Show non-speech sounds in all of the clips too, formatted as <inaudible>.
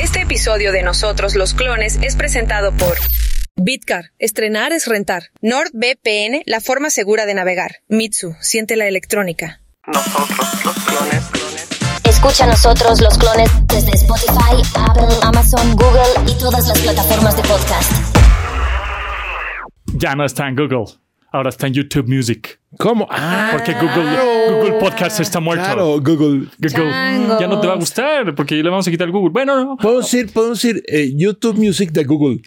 Este episodio de Nosotros los Clones es presentado por Bitcar, estrenar es rentar. NordVPN, la forma segura de navegar. Mitsu, siente la electrónica. Nosotros los clones. Escucha a nosotros los clones desde Spotify, Apple, Amazon, Google y todas las plataformas de podcast. Ya no está en Google. Ahora está en YouTube Music. ¿Cómo? Ah, Porque Google, Google Podcast está muerto. claro, Google. Google. Ya no te va a gustar porque le vamos a quitar el Google. Bueno, no. Podemos decir, podemos decir eh, YouTube Music de Google.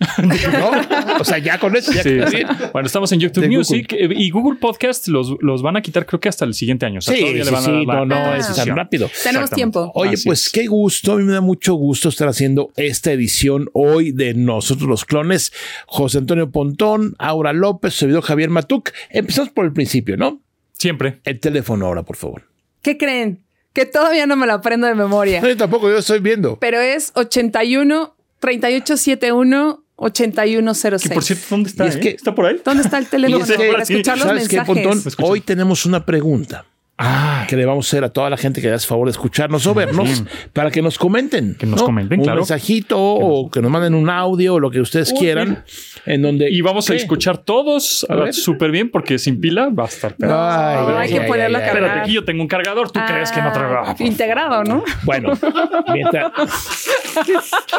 ¿No? O sea, ya con eso. Ya Sí, con- sí. Bueno, pues, estamos en YouTube De Google. Music eh, y Google Podcast los, los van a quitar creo que hasta el siguiente año. O sea, todavía le van a dar la- no, no, la es tan decisión. rápido. Tenemos Exactamente. tiempo. Oye, Así pues es. qué gusto. A mí me da mucho gusto estar haciendo esta edición hoy de Nosotros los Clones. José Antonio Pontón, Aura López, su servidor Javier Matuc. Empezamos por el principio, ¿no? Siempre. El teléfono ahora, por favor. ¿Qué creen? Que todavía no me lo aprendo de memoria. No, yo tampoco, yo estoy viendo. Pero es 81 3871 8106. Que por cierto, ¿dónde está? Y es eh? que- ¿Está por ahí? ¿Dónde está el <laughs> teléfono Y es que- para escuchar los ¿Sabes qué, mensajes? Pontón? Escucha. Hoy tenemos una pregunta Ah, que le vamos a hacer a toda la gente que hace favor de escucharnos o vernos para que nos comenten. Que nos ¿no? comenten, un claro. mensajito o que nos manden un audio o lo que ustedes Uy, quieran. En donde y vamos a ¿Qué? escuchar todos A ver. súper bien porque sin pila va a estar peor. Ay, No, hay que ponerlo a cargar. Espérate, aquí yo tengo un cargador. ¿Tú crees que no trabaja? Ah, Integrado, ¿no? Bueno, <laughs> mientras.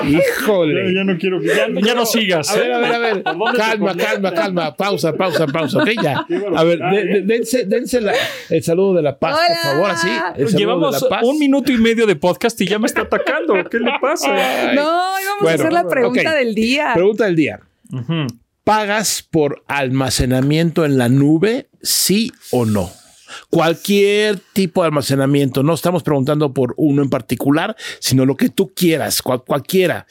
Híjole. Ya no quiero que. Ya, ya no sigas. A ver, ¿eh? a ver, a ver. ¿Por dónde te Calma, colgaste? calma, calma. Pausa, pausa, pausa. Ok, ya. A ver, de- de- dense, dense la- el saludo de la paz, por Hola. favor, así. El saludo de Llevamos la paz. un minuto y medio de podcast y ya me está atacando. ¿Qué le pasa? Ay. No, íbamos Bueno, a hacer la pregunta ok. del día. Pregunta del día. Ujú. ¿Pagas por almacenamiento en la nube, sí o no? Cualquier tipo de almacenamiento. No estamos preguntando por uno en particular, sino lo que tú quieras, cual- cualquiera.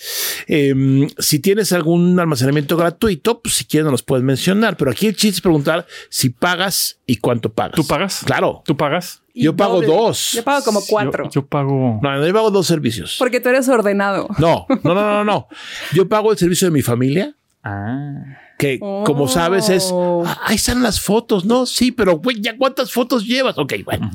Em, si tienes algún almacenamiento gratuito, pues, si quieres nos los puedes mencionar. Pero aquí el chiste es preguntar si pagas y cuánto pagas. ¿Tú pagas? Claro. ¿Tú pagas? Y yo pago doble. dos. Yo pago como cuatro. Yo, yo pago. No, no, yo pago dos servicios. Porque tú eres ordenado. No, no, no, no, <laughs> no. Yo pago el servicio de mi familia. Ah. que como Oh. sabes es, "Ah, ahí están las fotos, ¿no? Sí, pero güey, ¿ya cuántas fotos llevas? Ok, bueno.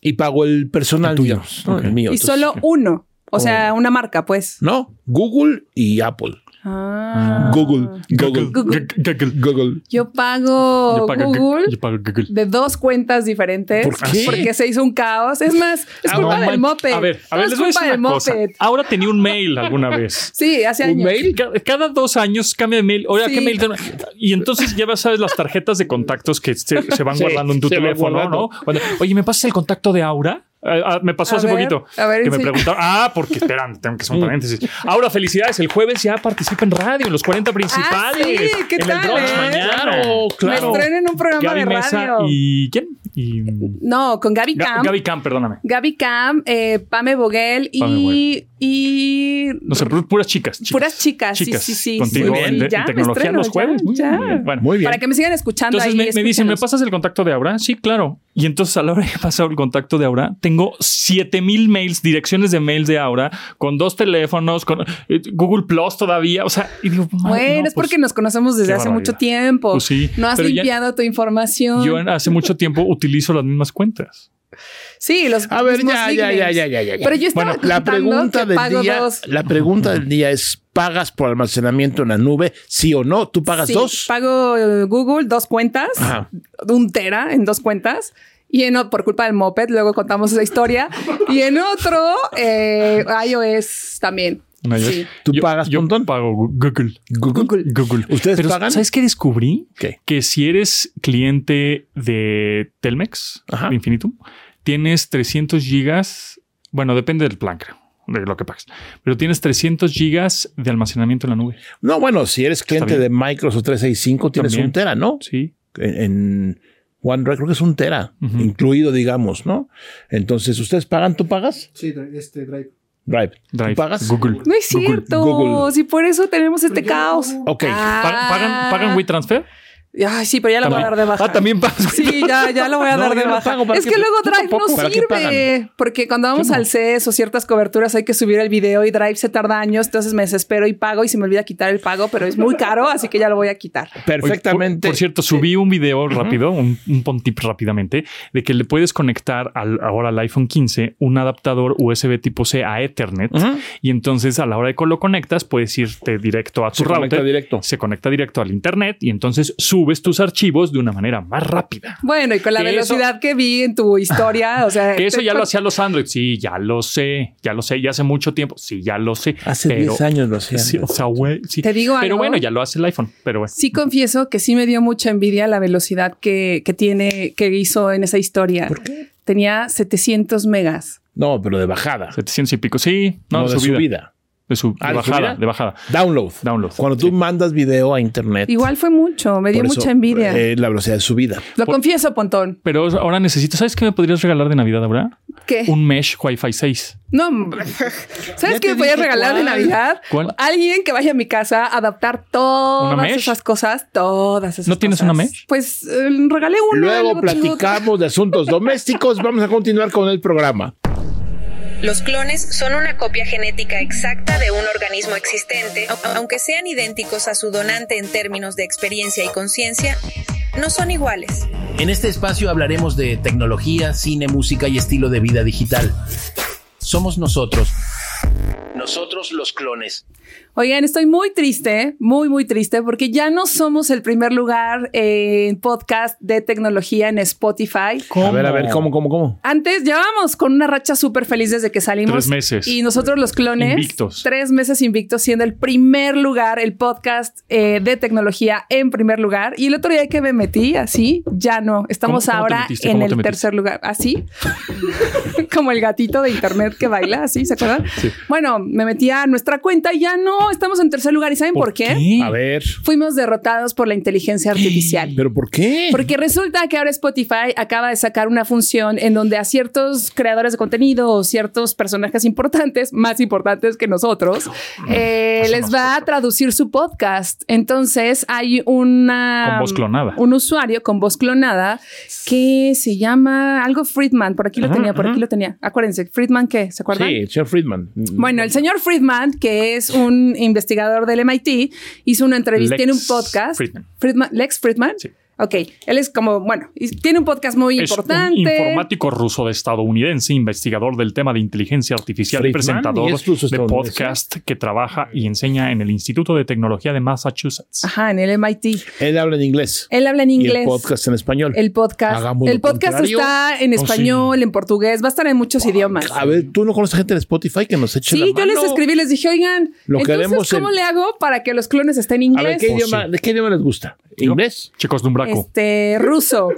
Y pago el personal digamos, ¿no? ok. el mío. Y <laughs> entonces, solo uno. O oh. sea, una marca, pues. No, Google y Apple. Ah. Google, Google, Google. Google. Google. Yo pago, Yo pago Google. Yo pago Google. de dos cuentas diferentes. ¿Por qué? Porque se hizo un caos. Es más, es Ah, culpa no del man- moped. A ver, a Todo ver, es les voy a culpa decir del una cosa. moped. Ahora tenía un mail alguna vez. Sí, hace ¿Un años. mail? Ca- Cada dos años cambia de mail. Oye, Este Sí. ¿qué mail? tengo? Y entonces ya sabes las tarjetas de contactos que se, se van Sí, guardando en tu se van teléfono, guardando. ¿no? Cuando, Oye, ¿me pasas el contacto de Aura? Ah, ah, me pasó A hace ver, poquito a ver, que me enseña. preguntaron. Ah, porque esperan, tengo que hacer Mm. un paréntesis. Aura, felicidades. El jueves ya participa en radio, en los 40 principales. sí, Ah, ¿qué en tal, el Dodge eh? mañana. Claro, claro. Me estreno en un programa Gaby de Mesa radio. y ¿quién? Y No, con Gaby Ga- Cam. Gaby, Gaby Cam, perdóname. Cam, eh, Pame Boguel y, Pame Boguel. y No sé, pu- puras chicas. chicas. puras chicas. Chicas, sí, sí, sí. Contigo sí, en, sí, en ya me tecnología estreno, los ya, jueves. Muy ya. bien. Bueno, Muy bien. Para que me sigan escuchando Entonces ahí. me, me dicen, ¿me escúchenos. pasas el contacto de Aura? Sí, claro. Y entonces a la hora que he pasado el contacto de Aura, tengo 7000 mails, direcciones de mails de Aura, con dos teléfonos, con eh, Google Plus todavía. O sea, y digo, madre, Bueno, no, es pues, porque nos conocemos desde qué hace mucho barbaridad. tiempo. Pues sí, no has pero ya- limpiado tu información. Yo en- hace mucho tiempo utilizo las mismas cuentas. Sí, los A ver, mismos ya, ya, nicknames. ya, ya, ya, ya, ya. Pero yo estaba bueno, la contando pregunta que del pago día, dos. la pregunta del día es ¿pagas por almacenamiento en la nube? Sí o no? ¿Tú pagas Sí, dos? Pago eh, Google dos cuentas, Ajá. un tera en dos cuentas. Y en, o- por culpa del moped, luego contamos esa historia. Y en otro, eh, iOS también. ¿No hay Sí. eso? ¿Tú Yo- pagas Yo montón? pago Gu- Google. Google. Google. ¿Ustedes Pero, pagan? ¿Sabes qué descubrí? ¿Qué? Que si eres cliente de Telmex, Ajá. de Infinitum, tienes 300 gigas. Bueno, depende del plan, creo, de lo que pagues. Pero tienes 300 gigas de almacenamiento en la nube. No, bueno, si eres cliente bien. de Microsoft 365 tienes También. un tera, ¿no? Sí. en, en OneDrive, creo que es un tera, Ujú. incluido, digamos, ¿no? Entonces, ¿ustedes pagan? ¿Tú pagas? Sí, dri- este Drive. Drive. Drive, ¿Tú pagas? Google. No es Google, cierto. Google. Pues Si por eso tenemos este caos. Ok. Ah. Pa- ¿Pagan, ¿Pagan WeTransfer? Ay, sí, pero ya la voy a dar de baja. Ah, también pago. Sí, ya, ya lo voy a <laughs> No, dar yo de no baja. pago, ¿para es qué? que luego Yo Drive no <laughs> tampoco, ¿para qué sirve, pagan? porque cuando vamos al CES o ciertas coberturas hay que subir el video y Drive se tarda años, entonces me desespero y pago y se me olvida quitar el pago, pero es muy caro, así que ya lo voy a quitar. Oye, <laughs> Perfectamente. Por, por cierto, subí un video rápido, un, un pon tip rápidamente, de que le puedes conectar al, ahora al iPhone 15 un adaptador USB tipo C a Ethernet. Y entonces a la hora de que lo conectas, puedes irte directo a tu Se router. conecta directo. Se conecta directo al Internet y entonces subes tus archivos de una manera más rápida. Bueno, y con la Que eso- velocidad que vi en tu historia, o sea, Que eso te- ya lo hacían los Android. Sí, ya lo sé. Ya lo sé. Ya hace mucho tiempo. Sí, ya lo sé. Hace Pero- 10 años lo hacían. Sí, o sea, güey, sí. Te digo Pero algo. bueno, ya lo hace el iPhone. Pero bueno. Sí confieso que sí me dio mucha envidia la velocidad que, que tiene, que hizo en esa historia. ¿Por qué? Tenía 700 megas. No, pero de bajada. 700 y pico. Sí, no, no, de, de subida. subida. De, su, de Ah, ¿de bajada, subida? de bajada. Download. Download. Cuando Sí. tú mandas video a internet. Igual fue mucho, me dio por eso, mucha envidia. eh, la velocidad de subida. lo por- confieso, Pontón. Pero ahora necesito, ¿sabes qué me podrías regalar de Navidad ahora? ¿Qué? Un mesh Wi-Fi 6. No, hombre. Ya <laughs> ¿sabes te qué me podías dije regalar de cuál. Navidad? ¿Cuál? Alguien que vaya a mi casa a adaptar ¿Una todas mesh? esas cosas, todas esas ¿No tienes cosas. una mesh? Pues eh, regalé una. Luego luego tuve otra. platicamos de asuntos domésticos. Vamos a continuar con el programa. Los clones son una copia genética exacta de un organismo existente. Au- Aunque sean idénticos a su donante en términos de experiencia y conciencia, no son iguales. En este espacio hablaremos de tecnología, cine, música y estilo de vida digital. Somos nosotros. Nosotros los clones. Oigan, estoy muy triste, muy, muy triste, porque ya no somos el primer lugar en podcast de tecnología en Spotify. A ver, a ver, ¿cómo, cómo, cómo? Antes llevábamos con una racha súper feliz desde que salimos. Tres meses. Y nosotros los clones. Invictos. Tres meses invictos, siendo el primer lugar, el podcast eh, de tecnología en primer lugar. Y el otro día que me metí así, ya no. Estamos ¿Cómo- cómo te ahora metiste? en ¿Cómo te el metiste? tercer lugar. Así. <laughs> Como el gatito de internet que baila, así, ¿se acuerdan? Bueno, me metí a nuestra cuenta y ya no. Estamos en tercer lugar. ¿Y saben por, qué? A ver. Fuimos derrotados por la inteligencia artificial. ¿Pero por qué? Porque resulta que ahora Spotify acaba de sacar una función en donde a ciertos creadores de contenido o ciertos personajes importantes, más importantes que nosotros, eh, les va a traducir su podcast. Entonces hay una... Con voz clonada. Un usuario con voz clonada que se llama algo Friedman. Por aquí lo Ajá, tenía, por ajá. aquí lo tenía. Acuérdense, Friedman, ¿qué? ¿Se acuerdan? Sí, el señor Friedman. Bueno, el señor Friedman, que es un investigador del MIT, hizo una entrevista, Lex tiene un podcast. Friedman. Lex Friedman. Sí. Ok, él es como, bueno, y tiene un podcast muy Es un importante. informático ruso de estadounidense, investigador del tema de inteligencia artificial y Friedman, presentador ¿y es ruso de estadounidense? podcast que trabaja y enseña en el Instituto de Tecnología de Massachusetts. Ajá, en el MIT. Él habla en inglés. Él habla en inglés. Y el podcast en español. El podcast, Hagamos lo El podcast contrario. está en Oh, sí. español, en portugués, va a estar en muchos idiomas. A ver, tú no conoces gente de Spotify que nos eche la Sí, yo les mano? escribí, les dije, oigan, Lo entonces, queremos en- ¿cómo le hago para que los clones estén en A ver, inglés? ¿qué idioma, ¿de qué idioma les gusta? ¿Inglés? Chicos de un braco. Este, ruso,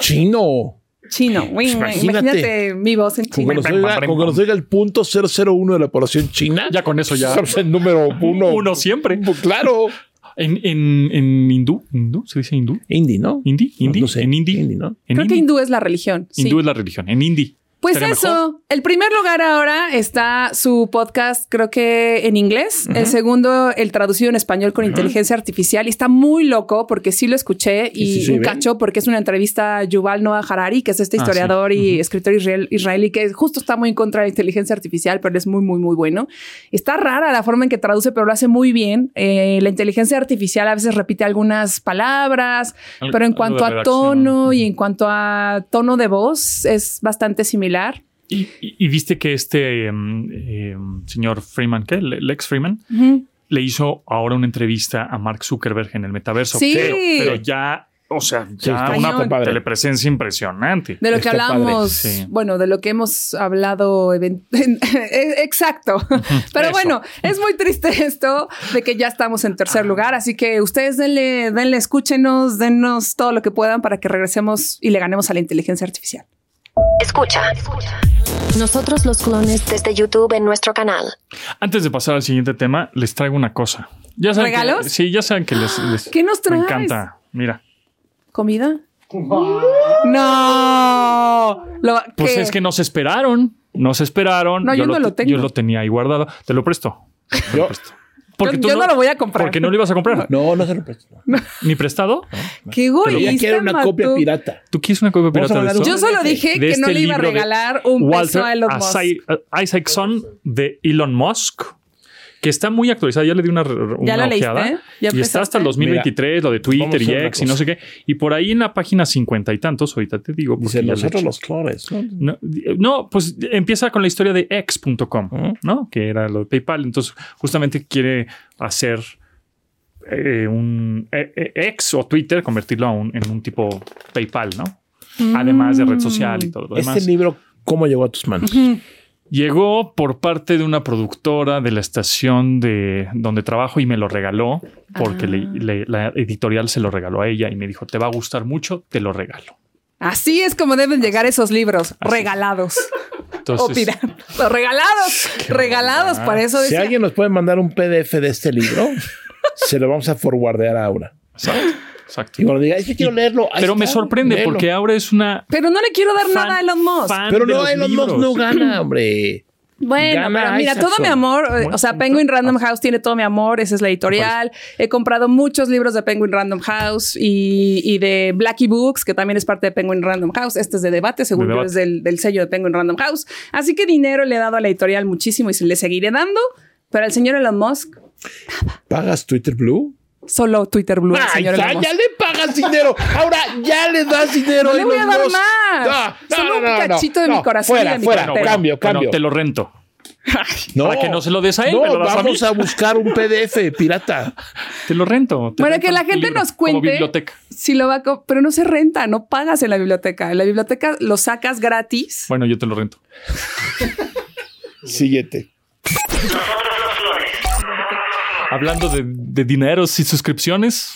¿Chino? chino. imagínate. imagínate. mi voz en Con que chino. nos oiga, con que nos oiga el punto 001 de la población china. Ya con eso <laughs> ya. Somos el número uno. Uno siempre. Pues claro. En, en, en hindú, hindú, se dice hindú. Indie, ¿no? Indie, No, indie, no sé. en indie. Indie, ¿no? En Creo que hindi. hindú es la religión. sí. Hindú es la religión. En hindi. Pues Estaría eso, mejor. el primer lugar ahora está su podcast, creo que en inglés. El segundo, el traducido en español con inteligencia artificial. Y está muy loco porque sí lo escuché ¿Y y si se un ven? cacho porque es una entrevista a Yuval Noah Harari, que es este Ah, sí. historiador y escritor israel- israelí que justo está muy en contra de la inteligencia artificial, pero es muy, muy, muy bueno. Está rara la forma en que traduce, pero lo hace muy bien. Eh, la inteligencia artificial a veces repite algunas palabras, Al- pero en algo cuanto de a redacción. tono y en cuanto a tono de voz es bastante similar. Y, y- y viste que este em, em, señor Freeman, ¿qué? Le- Lex Freeman, le hizo ahora una entrevista a Mark Zuckerberg en el metaverso. Sí. Pero, pero ya, o sea, ya está- una está padre. telepresencia impresionante. De lo Está que hablábamos, padre, sí. bueno, de lo que hemos hablado. even- <laughs> Eh, <laughs> Exacto. Pero eso. bueno, es muy triste <laughs> esto de que ya estamos en Ah. tercer lugar. Así que ustedes denle, denle, escúchenos, dennos todo lo que puedan para que regresemos y le ganemos a la inteligencia artificial. Escucha. Nosotros los clones desde YouTube en nuestro canal. Antes de pasar al siguiente tema, les traigo una cosa. Ya saben que- ¿Regalos? sí, ya saben que les, les- ¿Qué nos me traes? encanta. Mira, ¿Comida? <laughs> No. Lo- pues ¿qué? es que nos esperaron, nos esperaron. No, yo no te- lo tengo. Yo lo tenía ahí guardado. Te lo presto. Yo, Porque yo, tú yo no, lo voy a comprar. Porque no lo ibas a <laughs> comprar. No, no se lo presto. Ni prestado. Qué Ella egoísta, quiere una Matú. copia pirata. ¿Tú quieres una copia Vamos pirata a de hablar esto? un- Yo solo De dije de que no este le iba a libro de regalar un Walter peso a Elon Musk. Isai- uh, Isaacson de Elon Musk, que está muy actualizada. Ya le di una, re- re- ¿Ya una lo leíste? ojeada. ¿Ya y está hasta el empezaste? 2023, lo de vamos a Twitter y hacer una X y no cosa. sé qué. Y por ahí en la página cincuenta y tantos, ahorita te digo. porque Dice ya lo he nosotros hecho. los clones. ¿no? No, di- no, pues empieza con la historia de X.com, ¿no? Que era lo de PayPal. Entonces, justamente quiere hacer eh, un eh, eh, X o Twitter, convertirlo a un- en un tipo PayPal, ¿no? Mm. Además de red social y todo lo demás. Este libro, ¿cómo llegó a tus manos? Llegó por parte de una productora de la estación de donde trabajo y me lo regaló porque le- Ah. le- la editorial se lo regaló a ella y me dijo, te va a gustar mucho, te lo regalo. Así es como deben llegar esos libros, regalados. Entonces, O piratas. Regalados, regalados, por eso Si decía. alguien nos puede mandar un PDF de este libro, se lo vamos a forwardear a Aura. exacto, exacto. Y cuando diga, es que quiero leerlo. ahí Pero me está, sorprende léelo. porque ahora es una Pero no le quiero dar nada a Elon Musk. Pero no, Elon Musk no gana, hombre. Bueno, Gana pero mira, todo Isaacson. mi amor, eh, o sea, Penguin Random House tiene todo mi amor, esa es la editorial. He comprado muchos libros de Penguin Random House y, y de Blackie Books, que también es parte de Penguin Random House. Este es de debate, según De yo Debate. es del, del sello de Penguin Random House. Así que dinero le he dado a la editorial muchísimo y se le seguiré dando, pero al señor Elon Musk, ¿Pagas Twitter Blue? solo Twitter Blue. al Ay, señor ya, Elon Musk. ya le pagas dinero. Ahora ya le das dinero. No a le voy a Elon dar Musk. más. Solo un cachito de mi corazón y Fuera, de mi fuera. cartera. cambio, cambio. te lo rento. No. Para que no se lo des a él, No, me lo das a vamos mí. a, buscar un PDF pirata. Te lo rento. te Bueno, rento que la el gente libro nos como cuente biblioteca. si lo va a... co- Pero no se renta, no pagas en la biblioteca. En la biblioteca lo sacas gratis. Bueno, yo te lo rento. Siguiente. Hablando de, de dineros y suscripciones,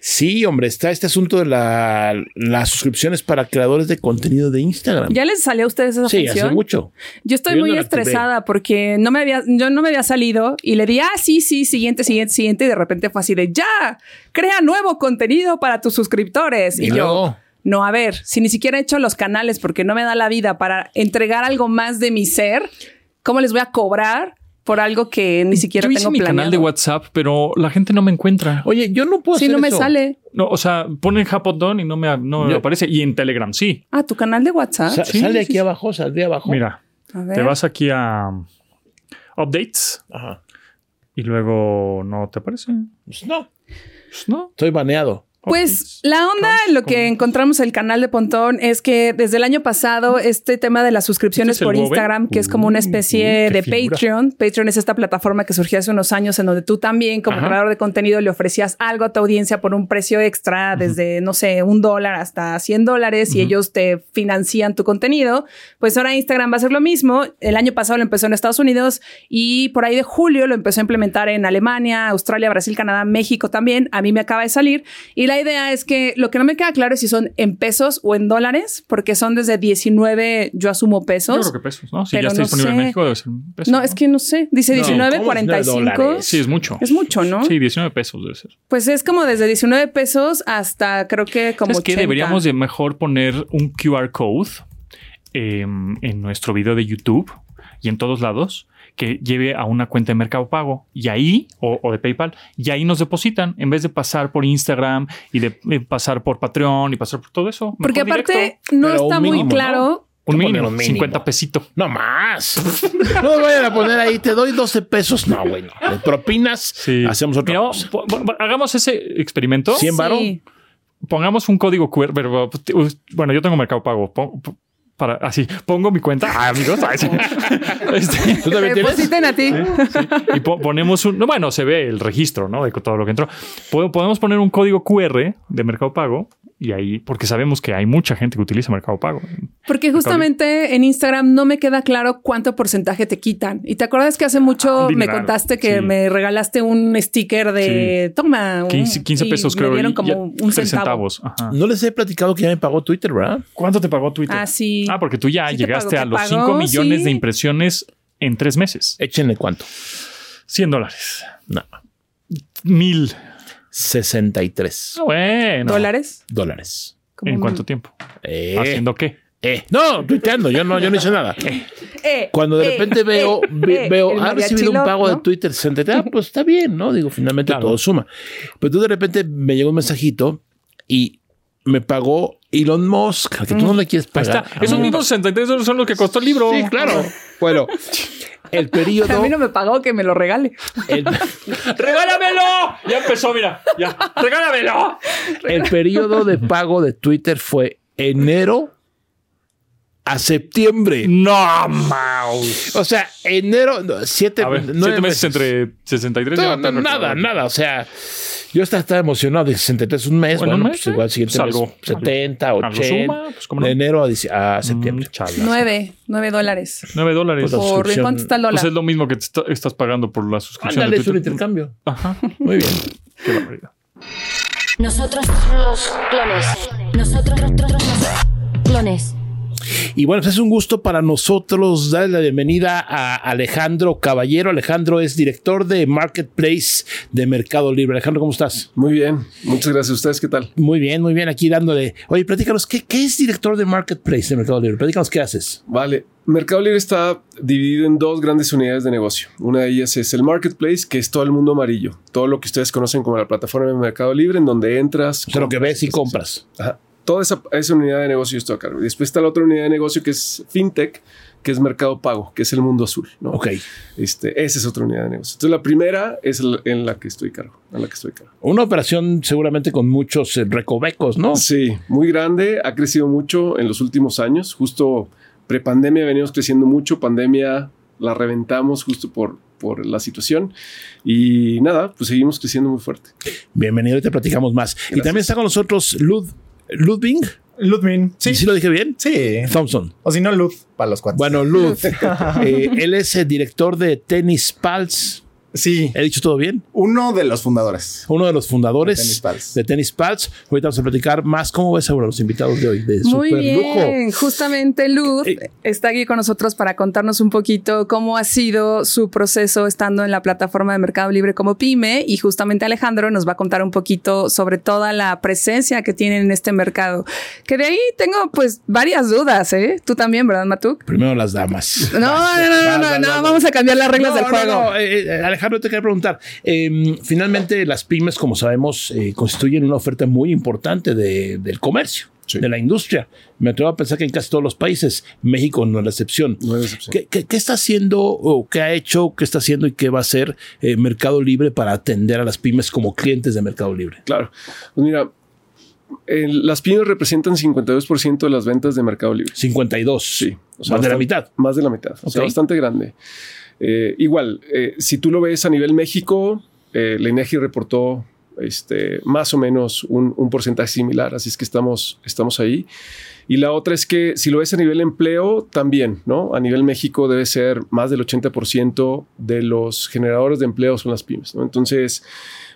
Sí, hombre, está este asunto de la, las suscripciones para creadores de contenido de Instagram. ¿Ya les salió a ustedes esa sí, hace función? mucho. Yo estoy Yo muy no la activé. estresada porque no me había, yo no me había salido y le di, ah, sí, sí, siguiente, siguiente, siguiente. Y de repente fue así de, ya, crea nuevo contenido para tus suscriptores. Y, Y yo, luego. no, a ver, si ni siquiera he hecho los canales porque no me da la vida para entregar algo más de mi ser, ¿cómo les voy a cobrar por algo que ni siquiera yo hice tengo mi planeado? canal de WhatsApp, pero la gente no me encuentra. Oye, yo no puedo Sí, hacer no me eso. sale. No, o sea, ponen Japodon y no me, no me Yo- aparece. Y en Telegram, sí. Ah, tu canal de WhatsApp. Sa- Sí, sale sí, aquí sí. abajo, saldría abajo. Mira, Oh, A ver. te vas aquí a um, Updates Ajá. y luego no te aparece. Pues no, Pues no. estoy baneado. Pues la onda en lo que encontramos el canal de Pontón es que desde el año pasado este tema de las suscripciones ¿Este es el por Woven? Instagram, que es como una especie qué de figura. Patreon. Patreon es esta plataforma que surgió hace unos años en donde tú también como Ajá. creador de contenido le ofrecías algo a tu audiencia por un precio extra, desde, no sé, un dólar hasta 100 dólares y ellos te financian tu contenido. Pues ahora Instagram va a hacer lo mismo. El año pasado lo empezó en Estados Unidos y por ahí de julio lo empezó a implementar en Alemania, Australia, Brasil, Canadá, México también. A mí me acaba de salir. Y la idea es que lo que no me queda claro es si son en pesos o en dólares, porque son desde 19, yo asumo Yo pesos. creo que pesos, ¿no? Si ya Pero está no disponible en sé. México, debe ser un peso, No, es que no sé. Dice No, 19, ¿cómo 45. $19? Sí, es mucho. Es mucho, ¿no? Sí, 19 pesos debe ser. Pues es como desde 19 pesos hasta creo que como. Es que 80. deberíamos de mejor poner un QR code eh, en nuestro video de YouTube y en todos lados que lleve a una cuenta de Mercado Pago y ahí, o, o de PayPal, y ahí nos depositan en vez de pasar por Instagram y de eh, pasar por Patreon y pasar por todo eso. Porque Mejor aparte directo. no Pero un está muy mínimo, ¿no? claro. Un Hay que mínimo, poner un mínimo. 50 pesito. No más. <laughs> no me vayan a poner ahí, te doy 12 pesos. No, bueno. De propinas, hacemos otra Mira, cosa. po- po- hagamos ese experimento. 100 varo. Sí. pongamos un código QR, pero, pues, bueno, yo tengo Mercado Pago, pon- pon- para, así, pongo mi cuenta, ah, amigos, ay, sí. Este, ¿Tú también tienes? Depositen pues a ti. y po- ponemos un, no, bueno, se ve el registro, ¿no? De todo lo que entró. Po- Podemos poner un código QR de Mercado Pago y ahí, porque sabemos que hay mucha gente que utiliza Mercado Pago. Porque justamente en Instagram no me queda claro cuánto porcentaje te quitan. Y te acuerdas que hace mucho Ah, un me dineral, contaste que sí. me regalaste un sticker de toma. un- 15, 15 Mm, y pesos, me creo. dieron y como ya- un tres centavo. centavos. Ajá. No les he platicado que ya me pagó Twitter, ¿verdad? ¿Cuánto te pagó Twitter? Ah, sí. Ah, porque tú ya Sí te llegaste pagó, a te los pagó, 5 millones sí. de impresiones en tres meses. Échenle cuánto. 100 dólares. No, Mil. 63 Bueno. ¿Dólares? dólares. Como ¿En un- cuánto tiempo? Eh, ¿Haciendo qué? Eh. No, tuiteando, yo no, yo no hice nada. Eh, Cuando de eh, repente veo, eh, ve- eh, veo, el ha mariachi recibido un loco, pago de ¿no? Twitter 60, ah, pues está bien, ¿no? Digo, finalmente Claro. todo suma. Pero tú de repente me llegó un mensajito y me pagó Elon Musk, al que tú Mm. no le quieres Ahí está. pagar. Esos mismos 63 dólares son los que costó el libro. Sí, claro. Bueno, el periodo... A mí no me pagó que me lo regale. el- <laughs> <laughs> ¡Regálamelo! Ya empezó, mira. Ya. ¡Regálamelo! El periodo de pago de Twitter fue enero a Mm. septiembre. No, mouse. O sea, enero, no, siete, A ver, nueve siete meses entre 63 y No, no, 99. nada, nada. O sea, yo hasta estaba emocionado. Dije, 63 un mes. Bueno, Bueno, un mes, pues igual el siguiente pues mes, algo, 70, algo 80. suma, pues, ¿cómo no? De enero a, dic- a Mm, septiembre. chala. Nueve, nueve dólares. 9 dólares. Pues, Pues, Por suscripción- ¿Cuánto está el dólar? es lo mismo que te está- estás pagando por la suscripción. Ándale, de es un Twitter. intercambio. Ajá. Muy bien. Qué barbaridad. Nosotros los clones. Nosotros los clones. Y bueno, pues es un gusto para nosotros darle la bienvenida a Alejandro Caballero. Alejandro es director de Marketplace de Mercado Libre. Alejandro, ¿cómo estás? Muy bien, muchas gracias. ¿Ustedes qué tal? Muy bien, muy bien. Aquí dándole. Oye, platícanos, ¿qué, qué es director de Marketplace de Mercado Libre? Platícanos, ¿qué haces? Vale, Mercado Libre está dividido en dos grandes unidades de negocio. Una de ellas es el Marketplace, que es todo el mundo amarillo, todo lo que ustedes conocen como la plataforma de Mercado Libre, en donde entras. O sea, lo que ves y compras. compras. Ajá. Toda esa, esa unidad de negocio yo estoy a cargo. Y después está la otra unidad de negocio que es FinTech, que es Mercado Pago, que es el mundo azul. ¿no? Ok. Este, esa es otra unidad de negocio. Entonces, la primera es la- en la que estoy a cargo. En la que estoy a cargo. Una operación seguramente con muchos eh, recovecos, ¿no? Sí, muy grande, ha crecido mucho en los últimos años, justo prepandemia venimos creciendo mucho, pandemia la reventamos justo por, por la situación y nada, pues seguimos creciendo muy fuerte. Bienvenido y te platicamos más. Y Gracias. también está con nosotros Lud, Ludwig. Ludmin. Sí. ¿Sí lo dije bien? Sí. Thompson. O si no, Luz para los cuates. Bueno, <laughs> Lud. eh, él es el director de Tennis Pals. sí. ¿He dicho todo bien? Uno de los fundadores. Uno de los fundadores De Tennis Pals. de Tennis Pals. Ahorita vamos a platicar más cómo ves ahora los invitados de hoy. De Muy super bien, lujo. justamente Luz Eh. está aquí con nosotros para contarnos un poquito cómo ha sido su proceso estando en la plataforma de Mercado Libre como pyme y justamente Alejandro nos va a contar un poquito sobre toda la presencia que tienen en este mercado. Que de ahí tengo pues varias dudas, ¿eh? Tú también, ¿verdad, Matuk? Primero las damas. No, no, no, no, no, no, vamos a cambiar las reglas No, del no, juego. no, eh, eh, Alejandro, te quería preguntar. eh, finalmente, las pymes, como sabemos, eh, constituyen una oferta muy importante de- del comercio, de la industria. Me atrevo a pensar que en casi todos los países, México no es la excepción. No es excepción. ¿Qué, qué- qué está haciendo o qué ha hecho, qué está haciendo y qué va a hacer eh, Mercado Libre para atender a las pymes como clientes de Mercado Libre? Claro, pues mira, el- las pymes representan 52% de las ventas de Mercado Libre. 52. Sí, o sea, más de la bastante- mitad. Más de la mitad, o sea, Ok. bastante grande. Eh, igual, eh, si tú lo ves a nivel México, eh, la INEGI reportó este, más o menos un, un porcentaje similar, así es que estamos, estamos ahí. Y la otra es que si lo ves a nivel empleo, también, ¿no? A nivel México debe ser más del 80% de los generadores de empleo son las pymes, ¿no? Entonces,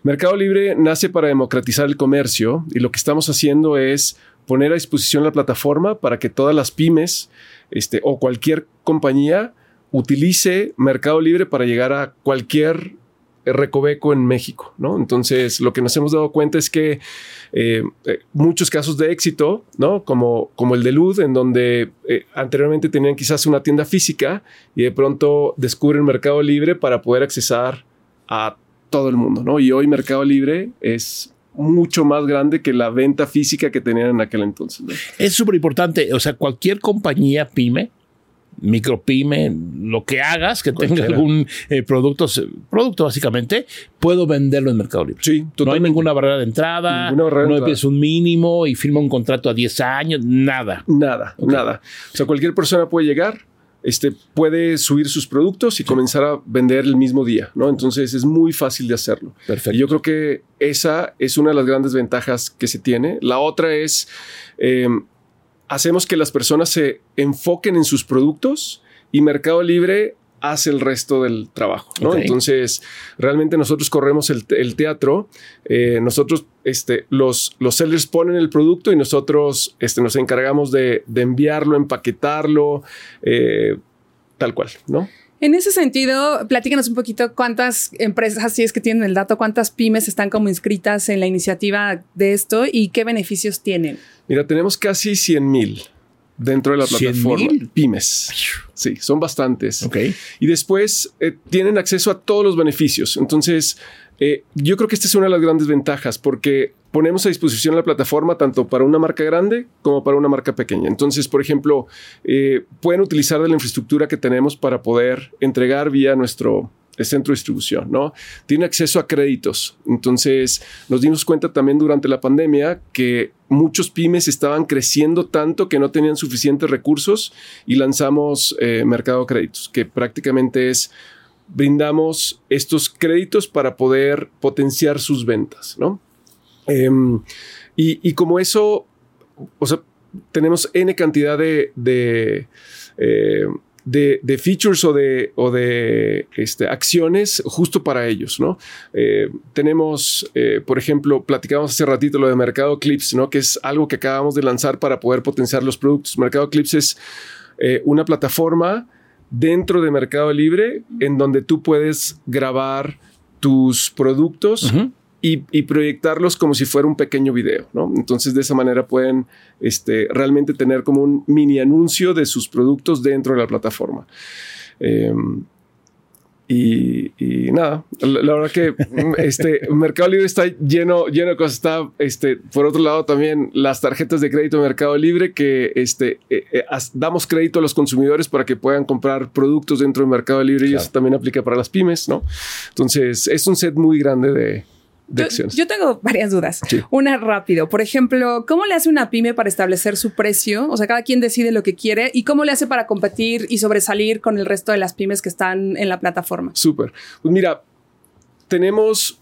Mercado Libre nace para democratizar el comercio y lo que estamos haciendo es poner a disposición la plataforma para que todas las pymes este, o cualquier compañía utilice Mercado Libre para llegar a cualquier recoveco en México, ¿no? Entonces, lo que nos hemos dado cuenta es que eh, eh, muchos casos de éxito, ¿no? Como, como el de Lud, en donde eh, anteriormente tenían quizás una tienda física y de pronto descubren Mercado Libre para poder accesar a todo el mundo, ¿no? Y hoy Mercado Libre es mucho más grande que la venta física que tenían en aquel entonces. ¿no? Es súper importante. O sea, cualquier compañía pyme, micropyme, lo que hagas, que tenga Cualquiera. algún eh, producto, producto básicamente, puedo venderlo en Mercado Libre. Sí, No hay totalmente. ninguna barrera de entrada, Ninguna barrera de no entrada. empieza un mínimo y firma un contrato a 10 años, nada. Nada, nada. O sea, cualquier persona puede llegar, este, puede subir sus productos y comenzar a vender el mismo día, ¿no? Entonces es muy fácil de hacerlo. Perfecto. Y yo creo que esa es una de las grandes ventajas que se tiene. La otra es, eh, hacemos que las personas se enfoquen en sus productos y Mercado Libre hace el resto del trabajo. ¿no? Ok. Entonces, realmente nosotros corremos el, te- el teatro, eh, nosotros, este, los, los sellers ponen el producto y nosotros este, nos encargamos de, de enviarlo, empaquetarlo, eh, tal cual, ¿no? En ese sentido, platícanos un poquito cuántas empresas, si es que tienen el dato, cuántas pymes están como inscritas en la iniciativa de esto y qué beneficios tienen. Mira, tenemos casi 100 mil. dentro de la 100,000. plataforma. Pymes. Sí, son bastantes. Ok. Y después eh, tienen acceso a todos los beneficios. Entonces, eh, yo creo que esta es una de las grandes ventajas porque ponemos a disposición la plataforma tanto para una marca grande como para una marca pequeña. Entonces, por ejemplo, eh, pueden utilizar de la infraestructura que tenemos para poder entregar vía nuestro eh, centro de distribución, ¿no? Tienen acceso a créditos. Entonces, nos dimos cuenta también durante la pandemia que muchos pymes estaban creciendo tanto que no tenían suficientes recursos y lanzamos eh, Mercado Créditos, que prácticamente es brindamos estos créditos para poder potenciar sus ventas, ¿no? Em, y, y como eso, o sea, tenemos N cantidad de, de, eh, de- de features o de, o de este, acciones justo para ellos, ¿no? Eh, tenemos, eh, por ejemplo, platicamos hace ratito lo de Mercado Clips, ¿no? Que es algo que acabamos de lanzar para poder potenciar los productos. Mercado Clips es eh, una plataforma dentro de Mercado Libre en donde tú puedes grabar tus productos Ujú. y, y proyectarlos como si fuera un pequeño video, ¿no? Entonces de esa manera pueden este, realmente tener como un mini anuncio de sus productos dentro de la plataforma. Em, y, y nada, la, la verdad que mm, este Mercado Libre está lleno, lleno de cosas. Está, este, por otro lado, también las tarjetas de crédito de Mercado Libre que este, eh, eh, as- damos crédito a los consumidores para que puedan comprar productos dentro de Mercado Libre y Claro. eso también aplica para las pymes, ¿no? Entonces, es un set muy grande de, de Yo, acciones. yo tengo varias dudas. Sí. Una rápido. Por ejemplo, ¿cómo le hace una pyme para establecer su precio? O sea, cada quien decide lo que quiere y cómo le hace para competir y sobresalir con el resto de las pymes que están en la plataforma. Súper. Pues mira, tenemos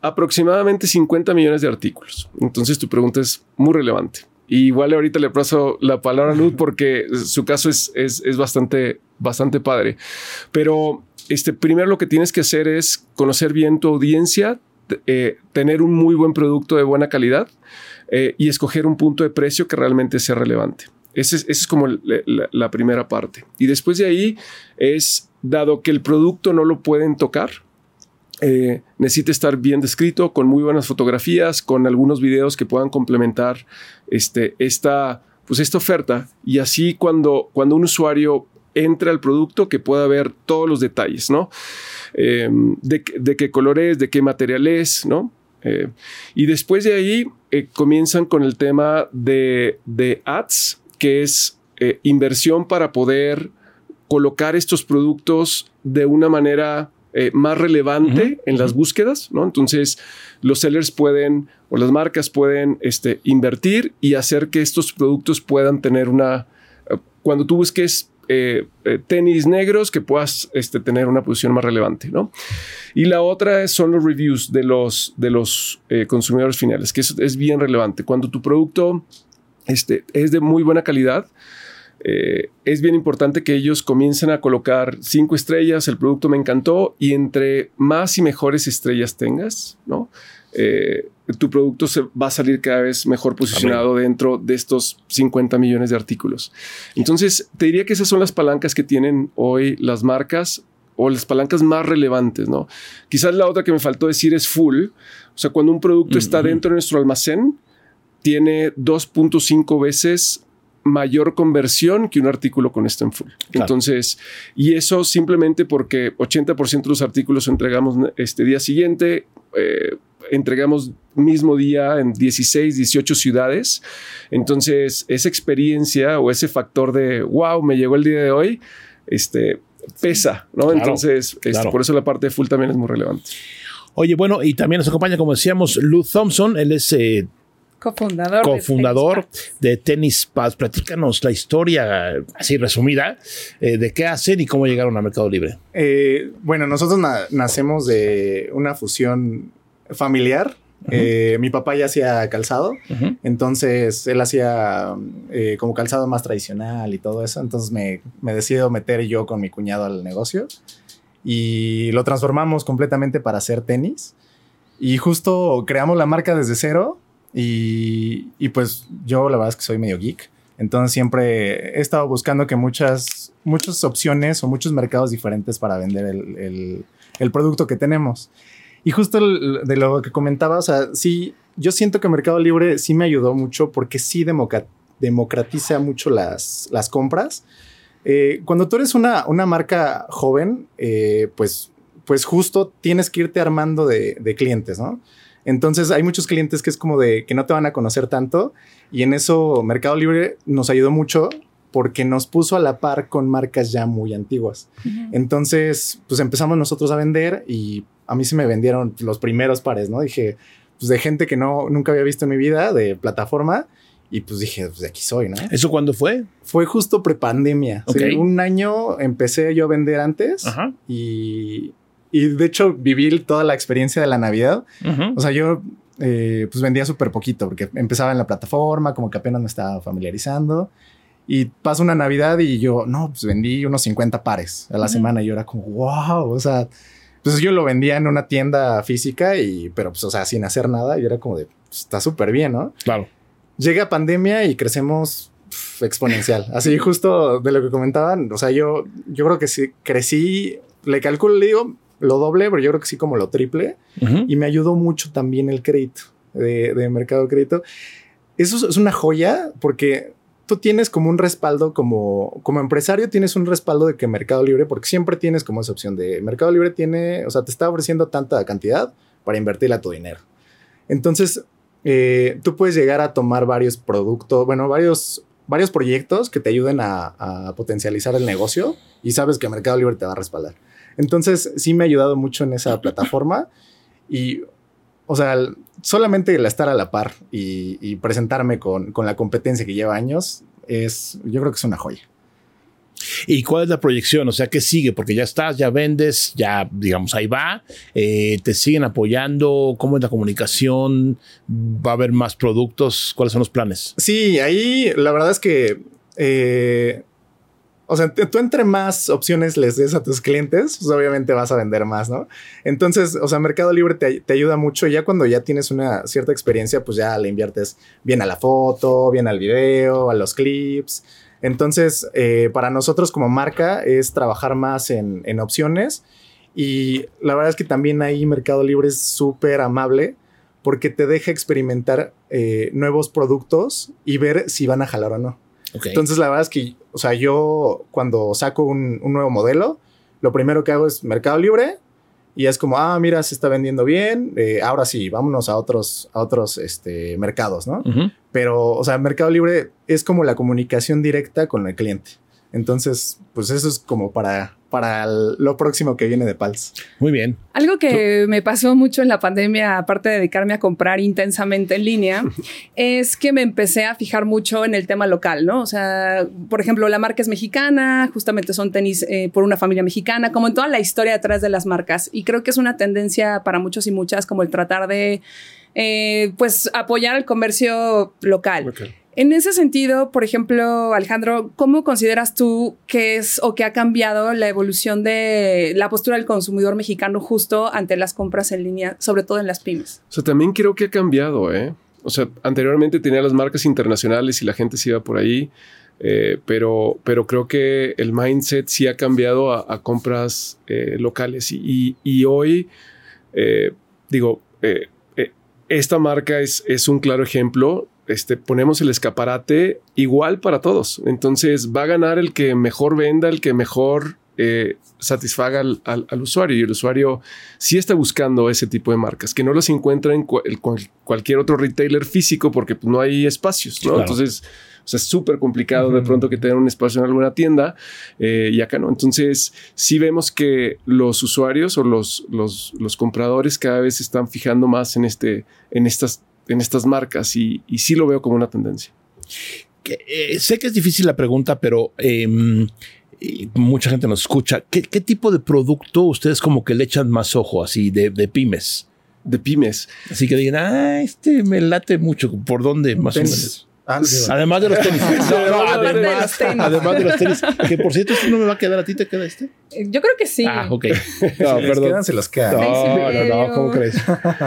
aproximadamente 50 millones de artículos. Entonces tu pregunta es muy relevante. Y igual ahorita le paso la palabra a Luz porque su caso es, es, es bastante, bastante padre. Pero este, primero lo que tienes que hacer es conocer bien tu audiencia, t- eh, tener un muy buen producto de buena calidad eh, y escoger un punto de precio que realmente sea relevante. Ese es- Esa es, como la- la- la primera parte. Y después de ahí es, dado que el producto no lo pueden tocar, eh, necesita estar bien descrito, con muy buenas fotografías, con algunos videos que puedan complementar este, esta, pues esta oferta. Y así cuando, cuando un usuario entra al producto, que pueda ver todos los detalles, ¿no? Eh, de, qué- de qué color es, de qué material es, ¿no? Eh, y después de ahí eh, comienzan con el tema de, de ads, que es eh, inversión para poder colocar estos productos de una manera eh, más relevante en las búsquedas, ¿no? Entonces, los sellers pueden o las marcas pueden este, invertir y hacer que estos productos puedan tener una... eh, Cuando tú busques eh, eh, tenis negros, que puedas este, tener una posición más relevante, ¿no? Y la otra es- son los reviews de los, de los eh, consumidores finales, que eso es bien relevante. Cuando tu producto este, es de muy buena calidad, eh, es bien importante que ellos comiencen a colocar cinco estrellas, el producto me encantó, y entre más y mejores estrellas tengas, ¿no? Eh, tu producto se va a salir cada vez mejor posicionado dentro de estos 50 millones de artículos. Entonces, te diría que esas son las palancas que tienen hoy las marcas o las palancas más relevantes, ¿no? Quizás la otra que me faltó decir es full. O sea, cuando un producto está dentro de nuestro almacén, tiene 2.5 veces mayor conversión que un artículo con esto en full. Entonces, y eso simplemente porque 80% de los artículos entregamos este día siguiente, eh, entregamos mismo día en 16, 18 ciudades. Entonces, esa experiencia o ese factor de, wow, me llegó el día de hoy, este, pesa, ¿no? Claro, Entonces, este, claro. por eso la parte de full también es muy relevante. Oye, bueno, y también nos acompaña, como decíamos, Lou Thompson. Él es eh, Cofundador. de cofundador Facebook. de Tennis Paz. Platícanos la historia, eh, así resumida, eh, de qué hacen y cómo llegaron a Mercado Libre. Eh, bueno, nosotros na- nacemos de una fusión familiar. Eh, mi papá ya hacía calzado, Ujú. entonces él hacía eh, como calzado más tradicional y todo eso. Entonces me, me decido meter yo con mi cuñado al negocio y lo transformamos completamente para hacer tenis. Y justo creamos la marca desde cero y, y pues yo la verdad es que soy medio geek. Entonces siempre he estado buscando que muchas, muchas opciones o muchos mercados diferentes para vender el, el- el producto que tenemos. Y justo el- de lo que comentaba, o sea, sí, yo siento que Mercado Libre sí me ayudó mucho porque sí democa- democratiza mucho las, las compras. Eh, cuando tú eres una, una marca joven, eh, pues, pues justo tienes que irte armando de, de clientes, ¿no? Entonces hay muchos clientes que es como de que no te van a conocer tanto y en eso Mercado Libre nos ayudó mucho porque nos puso a la par con marcas ya muy antiguas. Entonces, pues empezamos nosotros a vender y a mí se me vendieron los primeros pares, ¿no? Dije, pues de gente que no nunca había visto en mi vida de plataforma y pues dije, pues de aquí soy, ¿no? ¿Eso cuándo fue? Fue justo prepandemia. O sea, Ok. un año empecé yo a vender antes Ajá. y, y de hecho viví toda la experiencia de la Navidad. O sea, yo eh, pues vendía súper poquito porque empezaba en la plataforma, como que apenas me estaba familiarizando. Y pasa una Navidad y yo, no, pues vendí unos 50 pares a la semana. Y yo era como, wow, o sea, pues yo lo vendía en una tienda física y, pero pues, o sea, sin hacer nada. Y era como de, pues, está súper bien, ¿no? Claro. llega pandemia y crecemos pf, exponencial. Así justo de lo que comentaban. O sea, yo, yo creo que sí crecí, le calculo, le digo lo doble, pero yo creo que sí como lo triple. Ujú. Y me ayudó mucho también el crédito de, de mercado de crédito. Eso es- es una joya porque tú tienes como un respaldo, como, como empresario tienes un respaldo de que Mercado Libre, porque siempre tienes como esa opción de Mercado Libre tiene, o sea, te está ofreciendo tanta cantidad para invertirle a tu dinero. Entonces, eh, tú puedes llegar a tomar varios productos, bueno, varios, varios proyectos que te ayuden a, a potencializar el negocio y sabes que Mercado Libre te va a respaldar. Entonces, sí me ha ayudado mucho en esa plataforma y, o sea, el- solamente el estar a la par y, y presentarme con, con la competencia que lleva años es, yo creo que es una joya. ¿Y cuál es la proyección? O sea, ¿qué sigue? Porque ya estás, ya vendes, ya, digamos, ahí va. Eh, ¿Te siguen apoyando? ¿Cómo es la comunicación? ¿Va a haber más productos? ¿Cuáles son los planes? Sí, ahí la verdad es que, eh, o sea, te- tú entre más opciones les des a tus clientes, pues obviamente vas a vender más, ¿no? Entonces, o sea, Mercado Libre te, ay- te ayuda mucho. Ya cuando ya tienes una cierta experiencia, pues ya le inviertes bien a la foto, bien al video, a los clips. Entonces, eh, para nosotros como marca es trabajar más en, en opciones. Y la verdad es que también ahí Mercado Libre es súper amable porque te deja experimentar eh, nuevos productos y ver si van a jalar o no. Ok. Entonces, la verdad es que, o sea, yo cuando saco un, un nuevo modelo, lo primero que hago es Mercado Libre y es como, ah, mira, se está vendiendo bien, eh, ahora sí, vámonos a otros, a otros este, mercados, ¿no? Ujú. Pero, o sea, Mercado Libre es como la comunicación directa con el cliente. Entonces, pues eso es como para, para el- lo próximo que viene de Pals. Muy bien. Algo que me pasó mucho en la pandemia, aparte de dedicarme a comprar intensamente en línea, es que me empecé a fijar mucho en el tema local, ¿no? O sea, por ejemplo, la marca es mexicana, justamente son tenis eh, por una familia mexicana, como en toda la historia detrás de las marcas. Y creo que es una tendencia para muchos y muchas como el tratar de, eh, pues, apoyar el comercio local. En ese sentido, por ejemplo, Alejandro, ¿cómo consideras tú que es o que ha cambiado la evolución de la postura del consumidor mexicano justo ante las compras en línea, sobre todo en las pymes? O sea, también creo que ha cambiado, ¿eh? O sea, anteriormente tenía las marcas internacionales y la gente se iba por ahí, eh, pero, pero creo que el mindset sí ha cambiado a, a compras eh, locales. Y, y- y hoy, eh, digo, eh, eh, esta marca es, es un claro ejemplo. Este, ponemos el escaparate igual para todos. Entonces va a ganar el que mejor venda, el que mejor eh, satisfaga al, al- al usuario. Y el usuario sí está buscando ese tipo de marcas, que no las encuentra en cua- el cual- cualquier otro retailer físico porque pues, no hay espacios, ¿no? Claro. Entonces, o sea, es súper complicado de pronto que tengan un espacio en alguna tienda eh, y acá no. Entonces, sí vemos que los usuarios o los, los, los compradores cada vez se están fijando más en, este, en, estas, en estas marcas y, y sí lo veo como una tendencia. que, eh, sé que es difícil la pregunta, pero em, y mucha gente nos escucha. ¿Qué, qué tipo de producto ustedes como que le echan más ojo así de, de pymes? De pymes. Así que digan, ah, este me late mucho. ¿Por dónde más o menos? Tenis. Ah, sí. Además <laughs> de los tenis. No, no, Aparte de los Ah, además, tenis. además de los tenis. Que por cierto, este no me va a quedar a ti, ¿te queda este? Eh, Yo creo que sí. Ah, ok. Si <laughs> No, <laughs> les quedan, se los quedan. No, no, no, ¿cómo crees?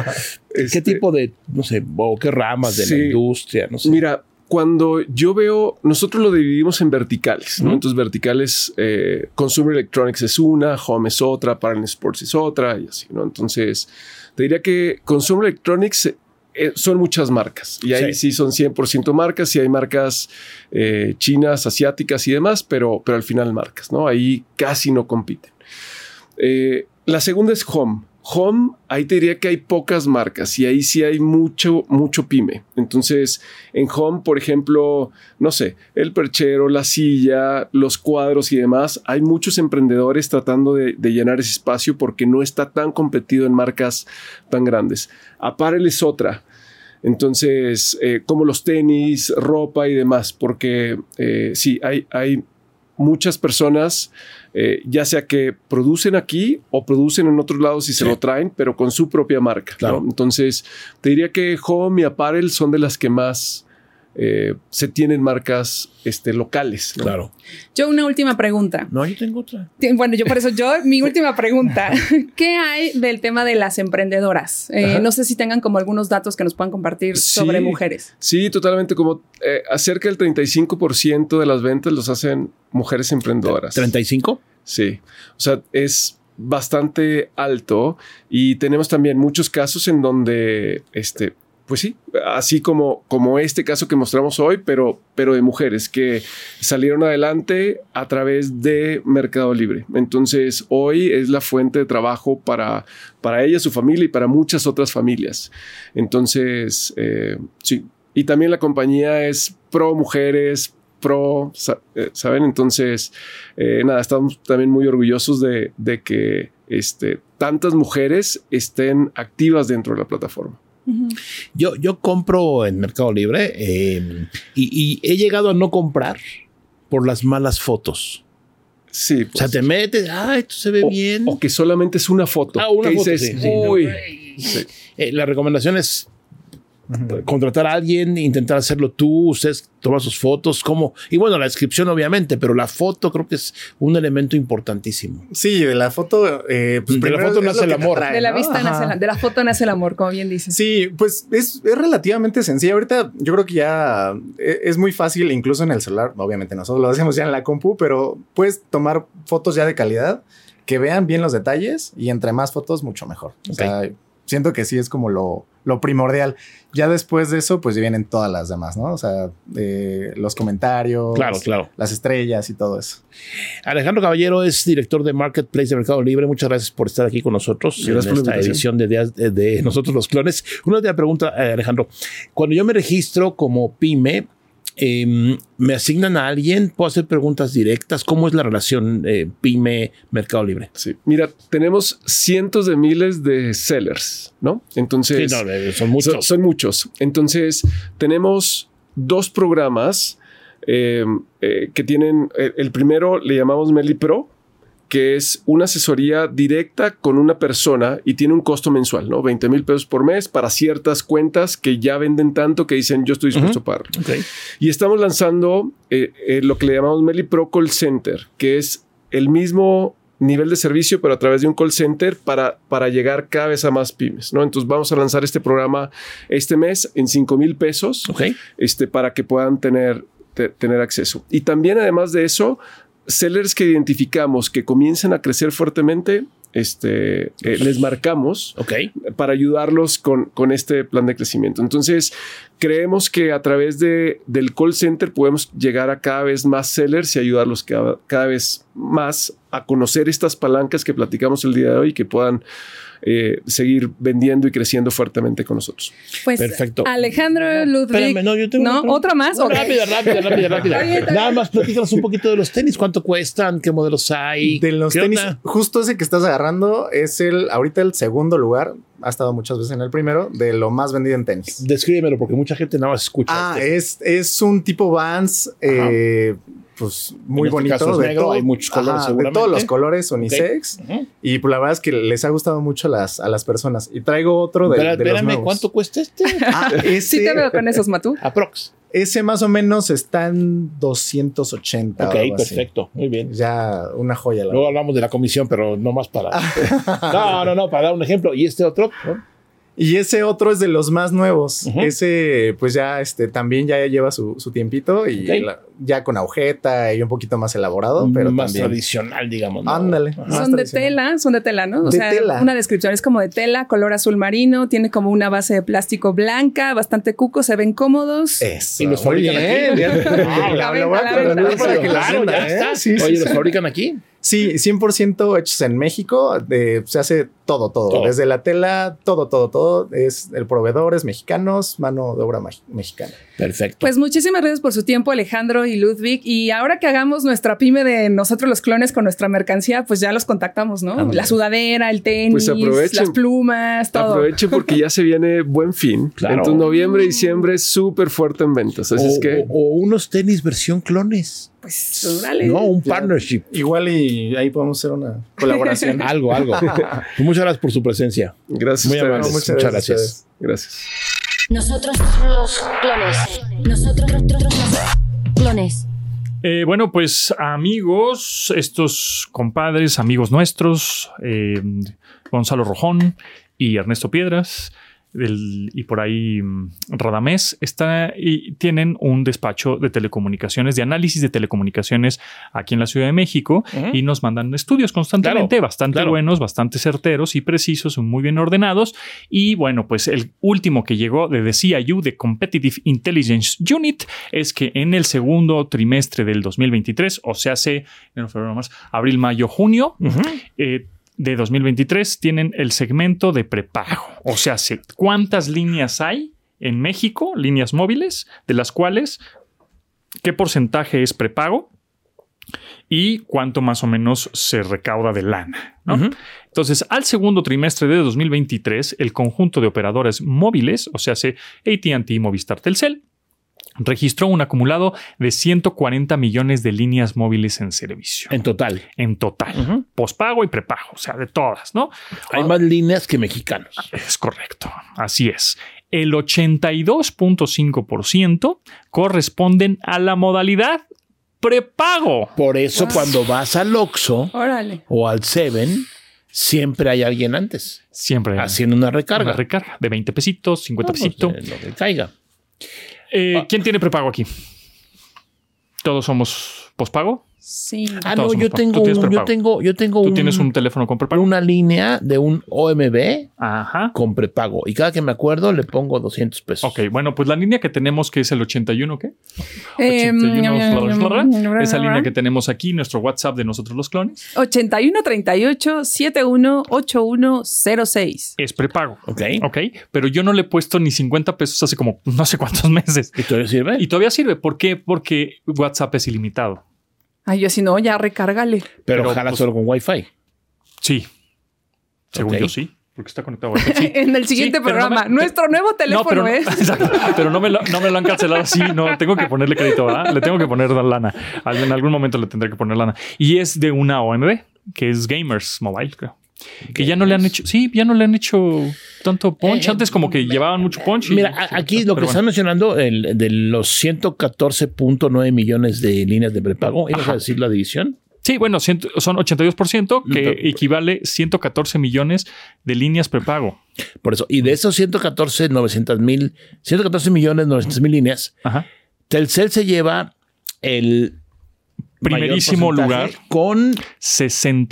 <laughs> ¿Qué Este, tipo de, no sé, o qué ramas de Sí. la industria? No sé. Mira, cuando yo veo, nosotros lo dividimos en verticales, ¿no? Ujú. Entonces, verticales, eh, Consumer Electronics es una, Home es otra, Parallel Sports es otra, y así, ¿no? Entonces, te diría que Consumer Electronics eh, son muchas marcas y ahí sí, son 100% marcas y hay marcas eh, chinas, asiáticas y demás, pero, pero al final marcas, ¿no? Ahí casi no compiten. Eh, la segunda es Home. Home, ahí te diría que hay pocas marcas y ahí sí hay mucho, mucho pyme. Entonces, en Home, por ejemplo, no sé, el perchero, la silla, los cuadros y demás, hay muchos emprendedores tratando de, de llenar ese espacio porque no está tan competido en marcas tan grandes. Apparel es otra. Entonces, eh, como los tenis, ropa y demás, porque eh, sí, hay, hay muchas personas, eh, ya sea que producen aquí o producen en otros lados y se lo traen, pero con su propia marca. ¿no? Claro. Entonces, te diría que Home y Apparel son de las que más eh, se tienen marcas este, locales. ¿no? Claro. Yo una última pregunta. No, yo tengo otra. Tien- Bueno, yo por eso, yo, mi última <laughs> pregunta. ¿Qué hay del tema de las emprendedoras? Eh, Ajá. no sé si tengan como algunos datos que nos puedan compartir sobre Sí. mujeres. Sí, totalmente. Como eh, acerca del 35% de las ventas los hacen mujeres emprendedoras. ¿35? Sí, o sea, es bastante alto y tenemos también muchos casos en donde, este, pues sí, así como, como este caso que mostramos hoy, pero, pero de mujeres que salieron adelante a través de Mercado Libre. Entonces, hoy es la fuente de trabajo para, para ella, su familia y para muchas otras familias. Entonces, eh, sí, y también la compañía es pro mujeres, pro, sa- eh, ¿saben? Entonces, eh, nada, estamos también muy orgullosos de, de que este, tantas mujeres estén activas dentro de la plataforma. Yo, yo compro en Mercado Libre eh, y, y he llegado a no comprar por las malas fotos. Pues Sí, O sea, te metes, ah, esto se ve o, bien. o que solamente es una foto. Ah, una que foto, dices, sí, sí, no. "Uy". Eh, la recomendación es contratar a alguien, intentar hacerlo tú, ustedes toman sus fotos, como, y bueno, la descripción obviamente, pero la foto creo que es un elemento importantísimo. Sí, de la foto. eh, pues De la primero foto es nace lo el que te amor. atrae, De la ¿no? vista nace Ajá. la, de la foto nace el amor, como bien dices. Sí, pues es, es relativamente sencilla. Ahorita yo creo que ya e- es muy fácil, incluso en el celular. Obviamente nosotros lo hacemos ya en la compu, pero puedes tomar fotos ya de calidad que vean bien los detalles y entre más fotos, mucho mejor. O sea, siento que sí es como lo, lo primordial. Ya después de eso, pues vienen todas las demás, ¿no? O sea, eh, los Oh, comentarios, claro. las estrellas y todo eso. Alejandro Caballero es director de Marketplace de Mercado Libre. Muchas gracias por estar aquí con nosotros Gracias en por esta la invitación. edición de, Días- de, de Nosotros los Clones. Una última pregunta, eh, Alejandro. Cuando yo me registro como pyme, eh, ¿me asignan a alguien? ¿Puedo hacer preguntas directas? ¿Cómo es la relación eh, pyme-mercado libre? Sí. Mira, tenemos cientos de miles de sellers, ¿no? Entonces, Sí, no, eh, son Son- muchos. Son, muchos. Entonces, tenemos dos programas eh, eh, que tienen. El, el primero le llamamos Meli Pro, que es una asesoría directa con una persona y tiene un costo mensual, ¿no? 20 mil pesos por mes para ciertas cuentas que ya venden tanto que dicen yo estoy dispuesto a pagarlo. Ok. Y estamos lanzando eh, eh, lo que le llamamos Meli Pro Call Center, que es el mismo nivel de servicio, pero a través de un call center para, para llegar cada vez a más pymes, ¿no? Entonces vamos a lanzar este programa este mes en 5 mil pesos Ok. este, para que puedan tener, te- tener acceso. Y también, además de eso, sellers que identificamos que comiencen a crecer fuertemente, este, eh, les marcamos Ok. para ayudarlos con, con este plan de crecimiento. Entonces, creemos que a través de, del call center podemos llegar a cada vez más sellers y ayudarlos cada, cada vez más a conocer estas palancas que platicamos el día de hoy y que puedan eh, seguir vendiendo y creciendo fuertemente con nosotros. Pues Perfecto. Alejandro Ludwig. Espérame, no, yo tengo ¿No? una pregunta. ¿Otra más? No, Ok. Rápida, rápida, rápida, rápida. Oye, está Nada más platícanos un poquito de los tenis. ¿Cuánto cuestan? ¿Qué modelos hay? De los ¿Qué tenis, onda? justo ese que estás agarrando es el ahorita el segundo lugar, ha estado muchas veces en el primero, de lo más vendido en tenis. Descríbemelo porque mucha gente nada más escucha. Ah, este. es, es un tipo Vans, eh, pues muy este bonito. caso es de negro, hay muchos colores de seguramente. todos los colores unisex. Ujú. Y pues, la verdad es que les ha gustado mucho las, a las personas. Y traigo otro de, Espera, de los espérame, nuevos. ¿cuánto cuesta este? Ah, Sí, ese, te veo con esos, Matú. <laughs> Aprox. ese más o menos está en 280. o Ok, Ah, algo así. perfecto. Muy bien. Ya una joya. La Luego <laughs> Ah. hablamos de la comisión, pero no más para. no, no, no, para dar un ejemplo. Y este otro. ¿no? Y ese otro es de los más nuevos. Ujú. Ese, pues ya, este, también ya lleva su, su tiempito y Ok. la- ya con agujeta y un poquito más elaborado, pero más también. tradicional, digamos. ¿no? Ah. Ándale. <laughs> Ajá. más Son de tradicional. tela, son de tela, ¿no? O De sea, tela. una descripción es como de tela, color azul marino, tiene como una base de plástico blanca, bastante cuco, se ven cómodos. Eso, Y los muy fabrican bien. aquí. <laughs> Ah, Ya- la- la voy a venta, guardar la venta. para que la Claro, venda, ya ¿eh? está. Sí, sí, Oye, sí. ¿los fabrican aquí? Sí, 100% hechos en México. de- se hace todo, todo, Todo. Desde la tela, todo, todo, todo. Es el proveedor, es mexicanos, mano de obra maj- mexicana. Perfecto. Pues muchísimas gracias por su tiempo, Alejandro y Ludwig. Y ahora que hagamos nuestra pyme de nosotros los clones con nuestra mercancía, pues ya los contactamos, ¿no? Ándale. La sudadera, el tenis, Pues aprovechen. las plumas, todo. Aprovechen porque ya se viene buen fin. <laughs> Claro. Oh, Entonces, noviembre, diciembre, súper fuerte en ventas. Pues, Así o, es que. o- o unos tenis versión clones. Pues órale. No, un Ya. partnership. Igual y ahí podemos hacer una colaboración. <laughs> <laughs> Algo, algo. Pues, Muchas gracias por su presencia. Gracias. Muy a ustedes. amables. muchas Muchas gracias gracias. a ustedes. Gracias. Nosotros los clones. Nosotros los clones. Eh, bueno, pues amigos, estos compadres, amigos nuestros, eh, Gonzalo Rojón y Ernesto Piedras, el- y por ahí mm, Radamés, está, y tienen un despacho de telecomunicaciones, de análisis de telecomunicaciones aquí en la Ciudad de México, Ujú. y nos mandan estudios constantemente, Claro, bastante claro. buenos, bastante certeros y precisos, muy bien ordenados. Y bueno, pues el último que llegó de The CIU, de Competitive Intelligence Unit, es que en el segundo trimestre del 2023, o sea, hace enero, febrero, marzo, abril, mayo, junio, eh, de 2023 tienen el segmento de prepago. O sea, se- ¿cuántas líneas hay en México, líneas móviles, de las cuales qué porcentaje es prepago y cuánto más o menos se recauda de lana? ¿no? Ujú. Entonces, al segundo trimestre de 2023, el conjunto de operadores móviles, o sea, se ATT, Movistar, Telcel, registró un acumulado de 140 millones de líneas móviles en servicio. En total. En total Ujú. pospago y prepago, o sea, de todas, ¿no? Ah. Hay más líneas que mexicanos. Es correcto, así es. El 82.5% corresponden a la modalidad prepago. Por eso Wow. cuando vas al Oxxo Órale. o al Seven, siempre hay alguien antes Siempre haciendo una recarga. una recarga de 20 pesitos, 50 No, pues, pesitos. eh, lo que caiga. Eh, ah. ¿Quién tiene prepago aquí? ¿Todos somos pospago? Sí. Ah, Todos no, somos pagos. yo Tú tengo, tienes un- yo prepago. tengo, yo tengo ¿Tú un- tienes un teléfono con prepago? una línea de un OMB Ajá. con prepago. Y cada que me acuerdo le pongo 200 pesos. Ok, bueno, pues la línea que tenemos que es el 81, ¿qué? pues, Eh, 81, esa línea que tenemos aquí, nuestro WhatsApp de nosotros los clones, 81 38 71 8106. es prepago. Ok. Ok, pero yo no le he puesto ni 50 pesos hace como no sé cuántos <laughs> meses. ¿Y todavía sirve? Y todavía sirve. ¿Por qué? Porque WhatsApp es ilimitado. Ay, yo si no, ya recárgale. pero, pero, ojalá pues, solo con Wi-Fi. Sí. Según Ok. yo sí. Porque está conectado a Wi-Fi. <laughs> Sí. <laughs> en el siguiente Sí, pero no programa. me- Nuestro nuevo teléfono No, pero, no- <laughs> es. Exacto. pero no, me lo, no me lo han cancelado así. No, tengo que ponerle crédito, ¿verdad? Le tengo que poner la lana. Al- En algún momento le tendré que poner lana. Y es de una OMB, que es Gamers Mobile, creo. Que ya no le han hecho, sí, ya no le han hecho tanto punch. Eh, Antes como que llevaban mucho punch. y- Mira, a- aquí lo que Pero están mencionando, el, de los 114.9 millones de líneas de prepago, ¿ibas Ajá. a decir la división? Sí, bueno, ciento- son 82%, Ujú. que equivale 114 millones de líneas prepago. Por eso. Y de esos 114, 900 mil, 114 millones, 900 mil líneas, Ajá. Telcel se lleva el mayor Primerísimo lugar, porcentaje con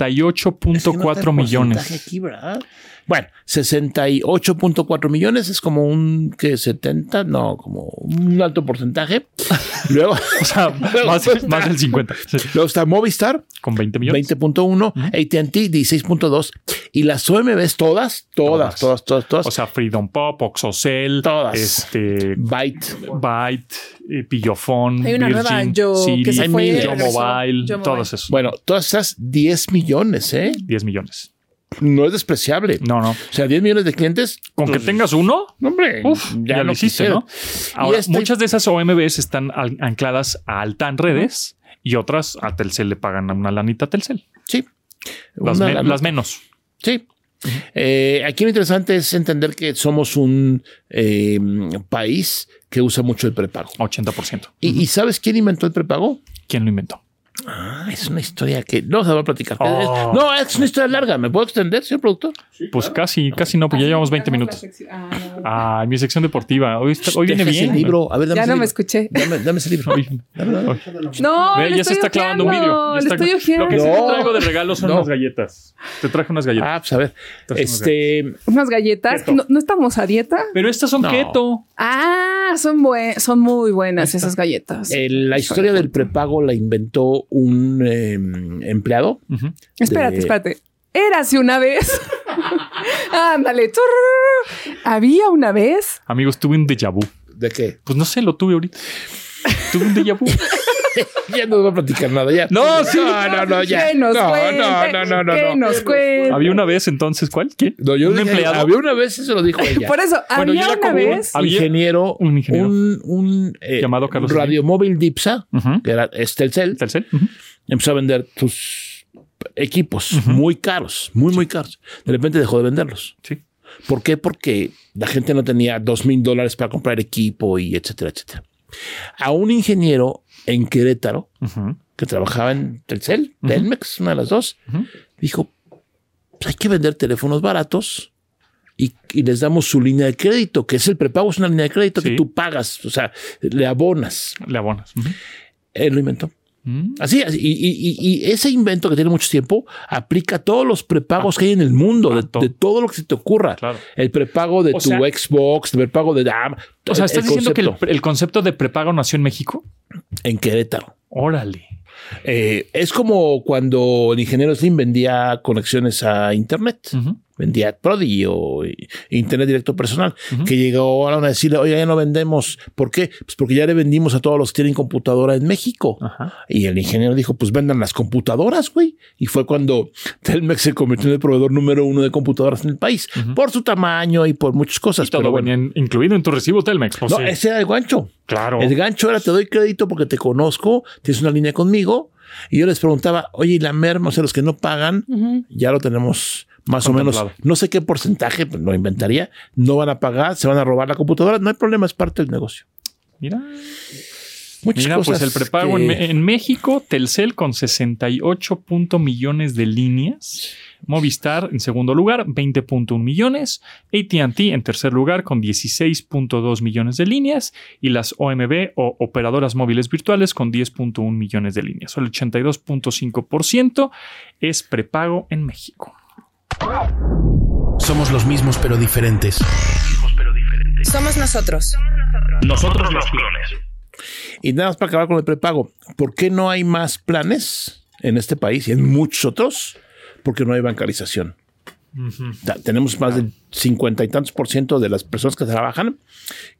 68.4 Es que no está el porcentaje millones. aquí, ¿verdad? Bueno, 68.4 millones es como un que 70, no, como un alto <laughs> porcentaje. Luego, <laughs> O <laughs> sea, pues, más, más del 50, sí, luego está Movistar, con 20 millones. 20.1, ATT 16.2 y las OMBs todas, todas, todas, Todas. todas, todas, O sea, Freedom Pop, Oxocell, Todas. este Byte. Byte, eh, Pillofón, Hay una nueva, Virgin, Yo- que se Siri, fue, Yo regresó, Mobile, Yo Mobile. todos esos. Bueno, todas esas 10 millones, ¿eh? 10 millones. No es despreciable. No, no. O sea, 10 millones de clientes. Con que pues, tengas uno, no, hombre, Uf, ya, lo hiciste, quisiera. ¿no? Ahora, este- muchas de esas OMBs están al- ancladas a Altan Redes y otras a Telcel le pagan una lanita a Telcel. Sí. Las, Una me- lana. las menos. Sí. Eh, aquí lo interesante es entender que somos un eh, país que usa mucho el prepago. 80%. ¿Y, y sabes quién inventó el prepago? ¿Quién lo inventó? Ah, es una historia que no se va a platicar. Oh. No, es una historia larga. ¿Me puedo extender, señor productor? Pues casi, casi no, pues ya llevamos 20 minutos. Ah, mi sección deportiva. Hoy, está- hoy viene Deja ese bien. <laughs> libro. A ver, dame Ya ese no me libro. escuché. Dame, dame ese libro. Hoy- hoy- No, Ve, le ya se estoy está clavando un ojeando, vídeo. Ya le está- estoy Lo que ojeando. sí No. te traigo de regalo son No. unas galletas. Te traje unas galletas. Ah, pues a ver. Estas son Este. Unas galletas. Keto. ¿No, no estamos a dieta? Pero estas son No. keto. Ah, son, buen- son muy buenas esas galletas. eh, la historia del prepago la inventó un eh, empleado Ujú. Espérate, de- espérate. Érase una vez. <laughs> Ándale. turr. Había una vez. Amigos, tuve un déjà vu. de qué <laughs> Pues no sé, lo tuve ahorita. Tuve un déjà vu. ya no va a platicar nada ya. No, sí. no, no, no, ya. ¿Qué nos no, cuenta? no, no, no, ¿Qué no, no. nos cuenta? Había una vez entonces, ¿cuál? ¿Qué? No, yo un dije, empleado. Había una vez, eso lo <laughs> dijo ella. Por eso, Bueno, yo había era una como un- vez. había- ingeniero, un ingeniero. un, un, eh, Llamado Carlos Slim. radiomóvil Dipsa, Ujú. que era es Telcel, Telcel. Ujú. empezó a vender tus equipos muy caros, muy, muy caros. De repente dejó de venderlos. Sí. ¿Por qué? Porque la gente no tenía dos mil dólares para comprar equipo y etcétera, etcétera. A un ingeniero en Querétaro Ujú. que trabajaba en Telcel, Ujú. Telmex, una de las dos, Ujú. dijo, "Pues hay que vender teléfonos baratos y, y les damos su línea de crédito, que es el prepago, es una línea de crédito Sí. que tú pagas, o sea, le abonas. Le abonas. Ujú. Él lo inventó. Mm. Así, así, y, y- y- y ese invento que tiene mucho tiempo aplica a todos los prepagos que hay en el mundo, a de, todo. de todo lo que se te ocurra. Ah, Claro. El prepago de O tu sea- Xbox, el prepago de... ah, O sea, el- ¿estás el diciendo que el, concepto el concepto de prepago nació en México? En Querétaro. Órale. Eh, es como cuando el ingeniero Slim vendía conexiones a Internet, Ujú. vendía Prodigy o eh, Internet Directo Personal, Ujú. que llegó ahora a decirle, oye, ya no vendemos. ¿Por qué? Pues porque ya le vendimos a todos los que tienen computadora en México. Ajá. Y el ingeniero dijo, pues vendan las computadoras, güey. Y fue cuando <laughs> Telmex se convirtió en el proveedor número uno de computadoras en el país, Ujú. por su tamaño y por muchas cosas. Todo pero bueno. venía en- incluido en tu recibo Telmex. Pues No, sí. ese era el gancho. Claro. El gancho era te doy crédito porque te conozco, tienes una línea conmigo. Y yo les preguntaba, oye, ¿y la merma, o sea, los que no pagan, Ujú. ya lo tenemos más o menos, Contemplado. no sé qué porcentaje, pues, lo inventaría, no van a pagar, se van a robar la computadora, no hay problema, es parte del negocio. Mira. Muchas Mira, cosas. pues el prepago que- en, Me- en México, Telcel con 68 punto millones de líneas, Movistar en segundo lugar, 20.1 millones, AT&T en tercer lugar con 16.2 millones de líneas y las OMB o operadoras móviles virtuales con 10.1 millones de líneas. El 82.5% es prepago en México. Somos los mismos pero diferentes. Somos nosotros. Nosotros los clones. Y nada más para acabar con el prepago, ¿por qué no hay más planes en este país y en muchos otros? Porque no hay bancarización. O sea, Tenemos más del cincuenta y tantos por ciento de las personas que trabajan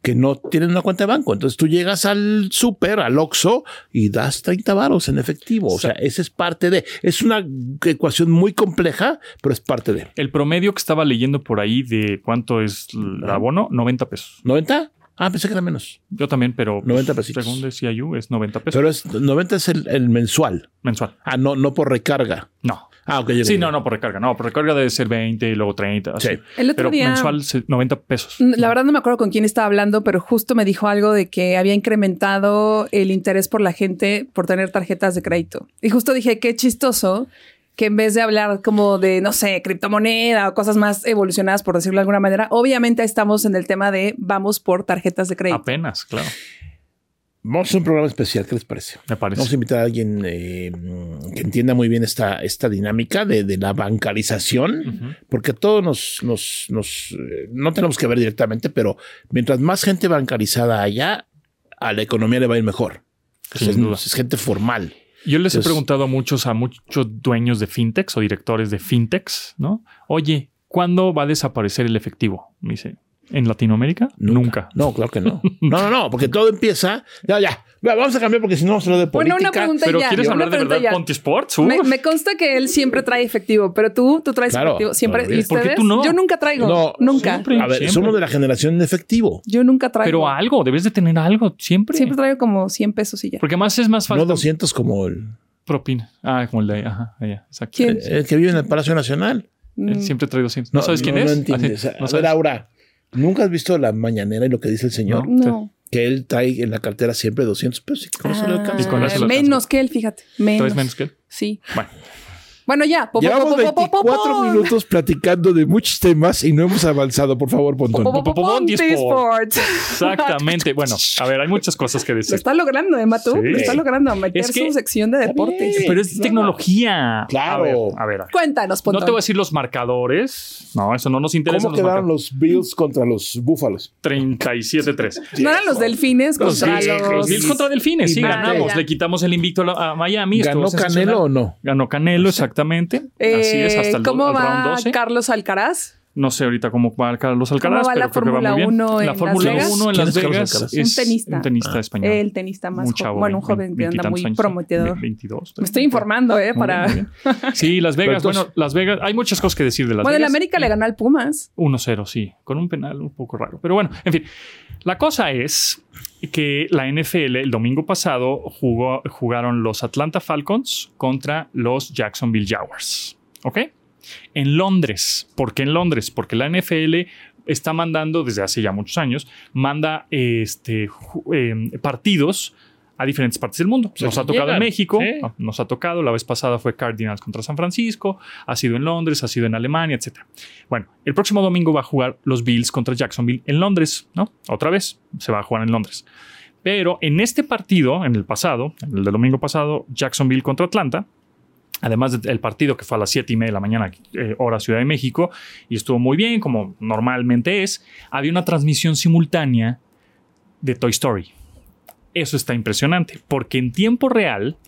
que no tienen una cuenta de banco. Entonces tú llegas al súper, al Oxxo y das 30 varos en efectivo. O sea, esa es parte de... Es una ecuación muy compleja, pero es parte de... El promedio que estaba leyendo por ahí de cuánto es el abono, 90 pesos. ¿90? Ah, pensé que era menos. Yo también, pero pues, 90 pesitos. según decía Yu, es 90 pesos Pero es 90 es el, el mensual. mensual. Ah, no, no por recarga. No. Ah, ok. ya Sí, entendí. no, no, por recarga. No, por recarga debe ser 20 y luego 30. así. Sí. El otro Pero día- mensual se- 90 pesos. La verdad no me acuerdo con quién estaba hablando, pero justo me dijo algo de que había incrementado el interés por la gente por tener tarjetas de crédito. Y justo dije, qué chistoso que en vez de hablar como de, no sé, criptomoneda o cosas más evolucionadas, por decirlo de alguna manera, obviamente estamos en el tema de vamos por tarjetas de crédito. Apenas, claro. Vamos a hacer un programa especial, ¿qué les parece? Me parece. Vamos a invitar a alguien eh, mm, que entienda muy bien esta, esta dinámica de, de la bancarización, porque todos nos, nos, nos, eh, no tenemos que ver directamente, pero mientras más gente bancarizada haya, a la economía le va a ir mejor. Sin es, duda. es gente formal. Yo les he Entonces- preguntado a muchos, a muchos dueños de fintechs o directores de fintechs, ¿no? Oye, ¿cuándo va a desaparecer el efectivo? Me dice, ¿en Latinoamérica? Nunca. No, claro que no. No, no, no, porque todo empieza. Ya, ya. Va- Vamos a cambiar porque si no vamos a hablar de política. Bueno, una pregunta Pero ya. ¿quieres una hablar de pregunta verdad ya. Ponti Sports? Uh, Me, me consta que él siempre trae efectivo, pero tú, tú traes Claro. efectivo siempre. No, ¿Y ¿por qué ustedes? tú no? Yo nunca traigo. No, nunca. siempre. a ver, Siempre. somos de la generación en efectivo. Yo nunca traigo. Pero algo, debes de tener algo siempre. Siempre traigo como 100 pesos y ya. Porque más es más No fácil. 200 como el, Propina. Ah, como el de ahí. Ajá, allá. Exacto. ¿Quién? el que vive en el Palacio Nacional. Él Mm. siempre trae 200. <laughs> ¿No sabes quién No es? entiendes. Así, A ¿no ver, sabes? Aura, ¿nunca has visto la mañanera y lo que dice el señor? No. Ah, que él trae en la cartera siempre 200 pesos. ¿Y con eso le alcanza? Y con eso le menos que él, fíjate. Menos. ¿Traes menos que él? Sí. Bueno. Bueno, ya. Po, po, Llevamos po, po, po, po, 24 po. minutos platicando de muchos temas y no hemos avanzado. Por favor, Pontón. Po, po, po, po, Ponti Ponti Sport. Sport. <laughs> Exactamente. Bueno, a ver, hay muchas cosas que Lo decir. está logrando, ¿eh, Matú? Sí. Lo está logrando meter Es que- su sección de deportes. Pero es tecnología. Claro. A ver, a ver. a ver. Cuéntanos, No Pontón. te voy a decir los marcadores. No, eso no nos interesa. ¿Cómo Los quedaron marcadores. los Bills contra los Búfalos? 37-3. No eran los delfines Los contra Bills, los... los Bills contra Delfines. Sí, Ah, ganamos. ya. Le quitamos el invicto a la- a Miami. Estuvo ¿Ganó sensacional. Canelo o no? Ganó Canelo, exactamente. Así es, hasta el, do- eh, ¿Cómo al round va 12. Carlos Alcaraz? No sé ahorita cómo va Carlos Alcaraz, va pero la creo que va Fórmula muy bien. 1 en la Las Fórmula Vegas? 1 en ¿Quién Las es Carlos Vegas Alcaraz? es Un tenista. un tenista español. El tenista más Un joven. chavo, Bueno, un vein- joven que anda veintitantos muy años, prometedor. ve- 22. Me estoy informando, ¿eh? Muy Para... bien, muy bien. Sí, Las Vegas. Pero entonces- bueno, Las Vegas. Hay muchas cosas que decir de Las Bueno, el Vegas. América le ganó al Pumas. 1-0, sí, con un penal un poco raro. Pero bueno, en fin, la cosa es que la NFL el domingo pasado jugó, jugaron los Atlanta Falcons contra los Jacksonville Jaguars. ¿Ok? En Londres. ¿Por qué en Londres? Porque la NFL está mandando, desde hace ya muchos años, manda este, ju- em, partidos a diferentes partes del mundo. sea, Nos que ha tocado en Pues llegan, México, sí. ah, nos ha tocado, la vez pasada fue Cardinals contra San Francisco, ha sido en Londres, ha sido en Alemania, etc. Bueno, el próximo domingo va a jugar los Bills contra Jacksonville en Londres, ¿no? Otra vez, se va a jugar en Londres. Pero en este partido, en el pasado, en el del domingo pasado, Jacksonville contra Atlanta, además del partido que fue a las 7 y media de la mañana, eh, hora Ciudad de México, y estuvo muy bien, como normalmente es, había una transmisión simultánea de Toy Story. Eso está impresionante, porque en tiempo real,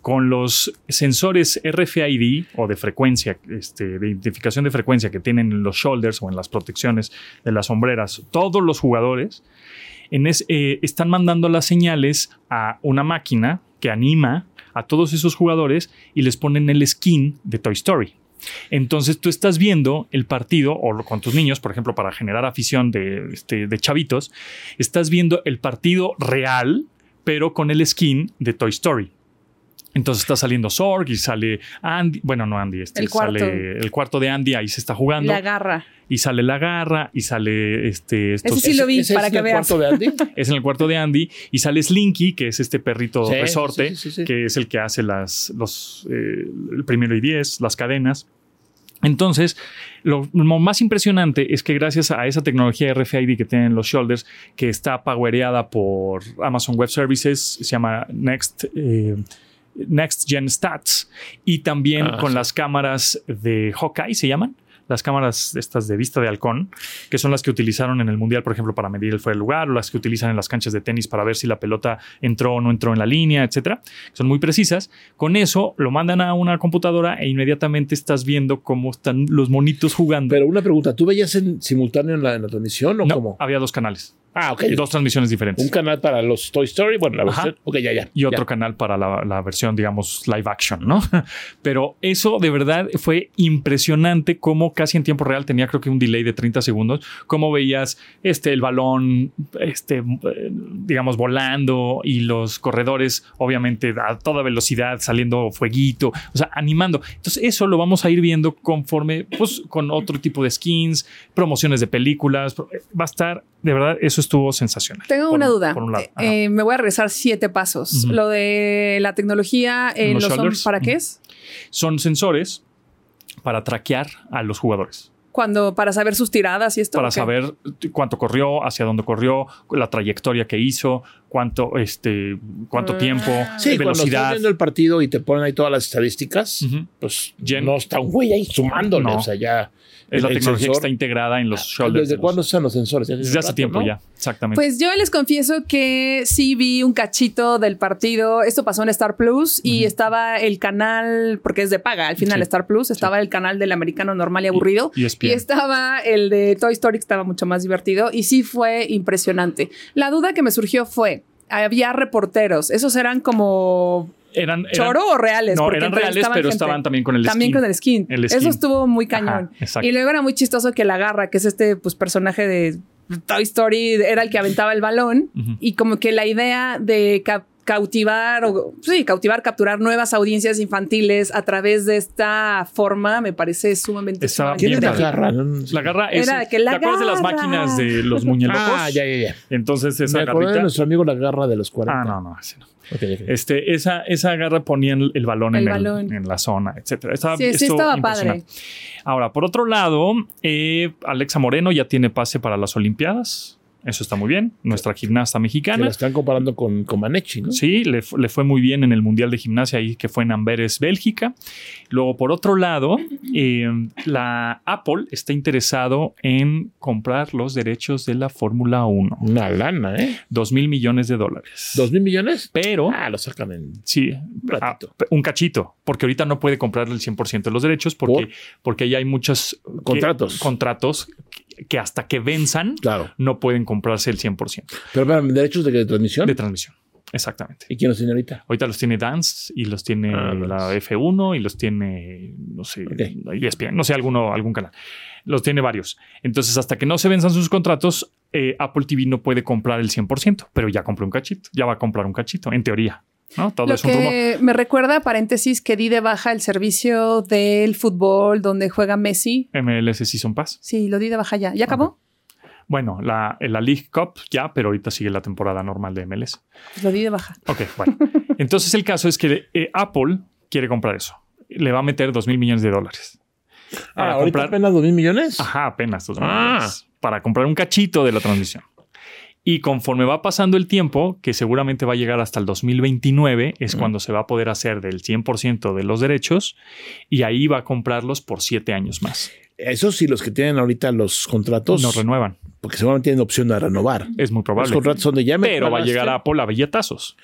con los sensores RFID o de frecuencia, este, de identificación de frecuencia que tienen en los shoulders o en las protecciones de las sombreras, todos los jugadores en es- eh, están mandando las señales a una máquina que anima a todos esos jugadores y les ponen el skin de Toy Story. Entonces tú estás viendo el partido o lo- con tus niños, por ejemplo, para generar afición de, este, de chavitos, estás viendo el partido real, pero con el skin de Toy Story. Entonces está saliendo Sorg y sale Andy, bueno, no Andy, este, El cuarto. sale el cuarto de Andy, ahí se está jugando, La garra. y sale la garra, y sale este, estos, Ese sí lo vi, ¿Ese para es que el veas. cuarto de <laughs> Andy? es en el cuarto de Andy y sale Slinky, que es este perrito Sí, resorte, sí, sí, sí, sí. que es el que hace las, los, eh, el primero y diez, las cadenas. Entonces, lo, lo más impresionante es que gracias a esa tecnología RFID que tienen los shoulders, que está powereada por Amazon Web Services, se llama Next, eh, Next Gen Stats, y también Ah, con sí. las cámaras de Hawkeye, se llaman, las cámaras estas de vista de halcón, que son las que utilizaron en el Mundial, por ejemplo, para medir el fuera de lugar, o las que utilizan en las canchas de tenis para ver si la pelota entró o no entró en la línea, etcétera. Son muy precisas. Con eso lo mandan a una computadora e inmediatamente estás viendo cómo están los monitos jugando. Pero una pregunta, ¿tú veías en simultáneo en la, en la transmisión o no, cómo? había dos canales Ah, ok. y dos transmisiones Un diferentes. canal para los Toy Story, bueno, la Ajá. versión. Ok, ya, ya. Y ya. otro canal para la, la versión, digamos, live action, ¿no? <laughs> Pero eso de verdad fue impresionante como casi en tiempo real tenía creo que un delay de 30 segundos, cómo veías este, el balón, este, eh, digamos, volando y los corredores, obviamente, a toda velocidad, saliendo fueguito, o sea, animando. Entonces, eso lo vamos a ir viendo conforme, pues, con otro tipo de skins, promociones de películas, pro- eh, va a estar, de verdad, eso estuvo sensacional. Tengo Por- una duda. Por un lado. Ajá. Eh, me voy a regresar siete pasos. Ujú. Lo de la tecnología en Los los, hombres, shoulders. ¿para qué Ujú. es? Son sensores para traquear a los jugadores. Cuando para saber sus tiradas y esto. para ¿o qué? saber cuánto corrió, hacia dónde corrió, la trayectoria que hizo, cuánto, este, cuánto Ah. tiempo, Sí, cuando estás velocidad. viendo el partido y te ponen ahí todas las estadísticas, Ujú. pues Gen- no está un güey ahí sumándole. No. O sea, ya. Es la el- el tecnología que sensor- Ah, está integrada en los shoulders. de ¿Desde los- cuándo están los sensores? Ya tiene Desde hace rato, tiempo ¿no? ya, exactamente. Pues yo les confieso que sí vi un cachito del partido. Esto pasó en Star Plus y Ujú. estaba el canal, porque es de paga al final Sí. Star Plus, estaba el canal del americano normal y aburrido. Y, ESPN. Y estaba el de Toy Story, que estaba mucho más divertido y sí fue impresionante. La duda que me surgió fue, había reporteros, esos eran como eran, eran- choro o reales. no, Porque eran reales, entrevistaban pero gente. estaban también con el también skin. con el skin. El Eso skin. estuvo muy Ajá, cañón. exacto. y luego era muy chistoso que la garra, que es este pues, personaje de Toy Story, era el que aventaba el balón Ujú. y como que la idea de cap- cautivar o sí, cautivar, capturar nuevas audiencias infantiles a través de esta forma me parece sumamente Estaba sumamente bien ¿Quién la padre. interesante. agarra? Pues La garra es. Era de que ¿Te la acuerdas de las garra. máquinas de los muñelocos? Ah, ya, ya, ya. Entonces esa Me acordé de garrita. nuestro amigo la garra de los 40. Ah, no, no, ese no. Ok, ok. Este, esa, esa garra ponían el balón, en, El el- balón. en la zona, etcétera. Estaba, Sí, sí esto estaba impresionante. padre. Ahora, por otro lado, eh, Alexa Moreno ya tiene pase para las Olimpiadas. Eso está muy bien. Nuestra gimnasta Que la mexicana. están comparando con, con Manechi, ¿no? Sí, le, fu- le fue muy bien en el Mundial de Gimnasia ahí que fue en Amberes, Bélgica. Luego, por otro lado, eh, la Apple está interesado en comprar los derechos de la Fórmula 1. Una lana, ¿eh? Dos mil millones de dólares. ¿Dos mil millones? Pero, Ah, lo sacan en. sí, ratito. ah, un cachito, porque ahorita no puede comprar el 100% de los derechos porque, ¿Por? porque ahí hay muchos Contratos. contratos que- que hasta que venzan Claro. no pueden comprarse el 100% Pero para derechos de, de transmisión. de transmisión. Exactamente. ¿Y quién los tiene ahorita? Ahorita los tiene Dance y los tiene Ah, la F1 y los tiene, no sé, E Ok. ESPN, no sé, alguno, algún canal. Los tiene varios. Entonces, hasta que no se venzan sus contratos, eh, Apple TV no puede comprar el 100%, pero ya compró un cachito, ya va a comprar un cachito, en teoría. ¿no? Todo Lo es un rumor. que me recuerda, paréntesis, que di de baja el servicio del fútbol donde juega Messi. MLS Season Pass. Sí, lo di de baja ya. ¿Ya acabó? Bueno, la, la League Cup ya, pero ahorita sigue la temporada normal de MLS. Pues lo di de baja. Ok, <laughs> bueno. Entonces el caso es que eh, Apple quiere comprar eso. Le va a meter 2 mil millones de dólares. Para Ah, ahorita comprar- apenas dos mil millones. Ajá, apenas 2 mil Ah. millones. Para comprar un cachito de la transmisión. Y conforme va pasando el tiempo, que seguramente va a llegar hasta el 2029, es cuando se va a poder hacer del 100% de los derechos y ahí va a comprarlos por 7 años más. Eso sí, los que tienen ahorita los contratos. No renuevan. porque seguramente tienen opción de renovar. Es muy Los probable. contratos son de llame. Pero va a llegar Apple a billetazos.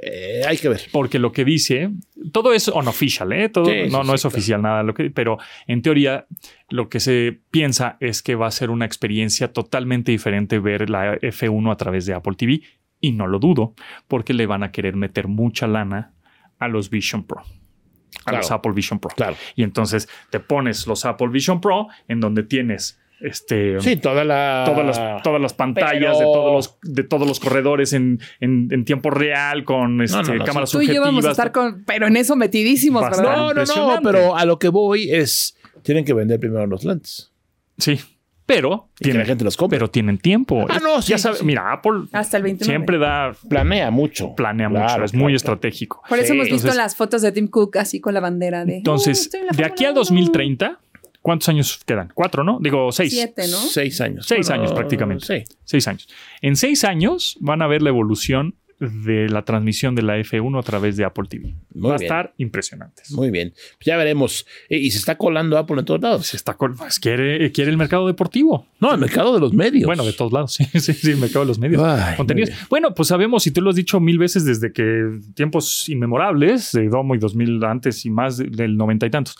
Eh, hay que ver. Porque lo que dice, todo es unofficial, ¿eh? Todo, Sí, sí, no, no sí, es claro. oficial nada, lo que, pero en teoría lo que se piensa es que va a ser una experiencia totalmente diferente ver la F1 a través de Apple TV y no lo dudo porque le van a querer meter mucha lana a los Vision Pro, a Claro. los Apple Vision Pro. Claro. Y entonces te pones los Apple Vision Pro en donde tienes este Sí, toda la. todas las, todas las pantallas Ah. Pero- de todos los de todos los corredores en, en- en tiempo real con este, no, no, cámaras Tú y yo vamos a subjetivas. estar con, pero en eso metidísimos, Bastante. ¿verdad? No, no, no, Impresionante. pero a lo que voy es. Tienen que vender primero los lentes. Sí, pero Y que la gente los compre. pero tienen tiempo. Ah, no, ya sí, sabes, sí. mira, Apple Hasta el 29. siempre da planea mucho. planea mucho, Claro, es muy claro, estratégico. Por eso hemos visto Entonces- las fotos de Tim Cook así con la bandera de. "Oh, Entonces, estoy en la de aquí a Fórmula 2030, ¿cuántos años quedan? Cuatro, ¿no? Digo, uno". seis. Siete, ¿no? Seis años. Seis Bueno, años prácticamente. Sí. Seis años. En seis años van a ver la evolución de la transmisión de la F1 a través de Apple TV. Muy Va a bien. estar impresionante. Muy bien. Ya veremos. Eh, Y se está colando Apple en todos lados. Se está col- pues, quiere, quiere el mercado deportivo. No, el mercado de los medios. Bueno, de todos lados. <laughs> Sí, sí, sí, el mercado de los medios. Ay, contenidos. muy bien. Bueno, pues sabemos, y tú lo has dicho mil veces desde que tiempos inmemorables, de Domo y 2000 antes y más de- del noventa y tantos.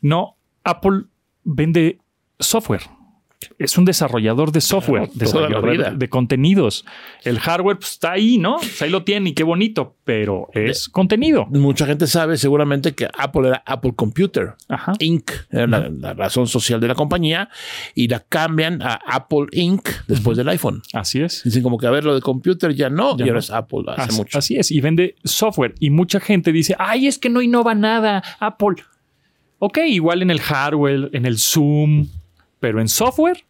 No, Apple vende software. Es un desarrollador de software, Claro, toda la vida. desarrollador de contenidos. El hardware pues, está ahí, ¿no? Pues, ahí lo tiene y qué bonito, pero es contenido. Mucha gente sabe seguramente que Apple era Apple Computer Ajá. Inc., era la, la razón social de la compañía, y la cambian a Apple Inc. después del iPhone. Así es. Dicen como que a ver lo de computer ya no, Ya y ahora no. es Apple hace así, mucho. así es, y vende software. Y mucha gente dice, ay, es que no innova nada, Apple. Ok, igual en el hardware, en el Zoom, pero en software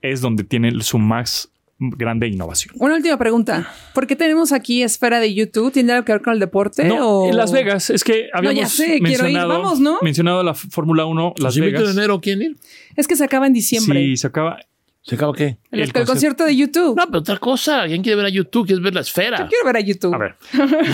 es donde tiene el- su más grande innovación. Una última pregunta. ¿Por qué tenemos aquí esfera de YouTube? ¿Tiene algo que ver con el deporte? No, o- en Las Vegas, es que habíamos sé, quiero ir, mencionado, vamos, ¿no? mencionado la F- Fórmula 1, Las ¿Los invito en Vegas. enero quieren ir? Es que se acaba en diciembre. Sí, se acaba. ¿Se acaba qué? el, el el concierto de YouTube. No, pero otra cosa. ¿Quién quiere ver a YouTube? ¿Quieres ver la Yo esfera? quiero ver a YouTube. A <laughs> ver,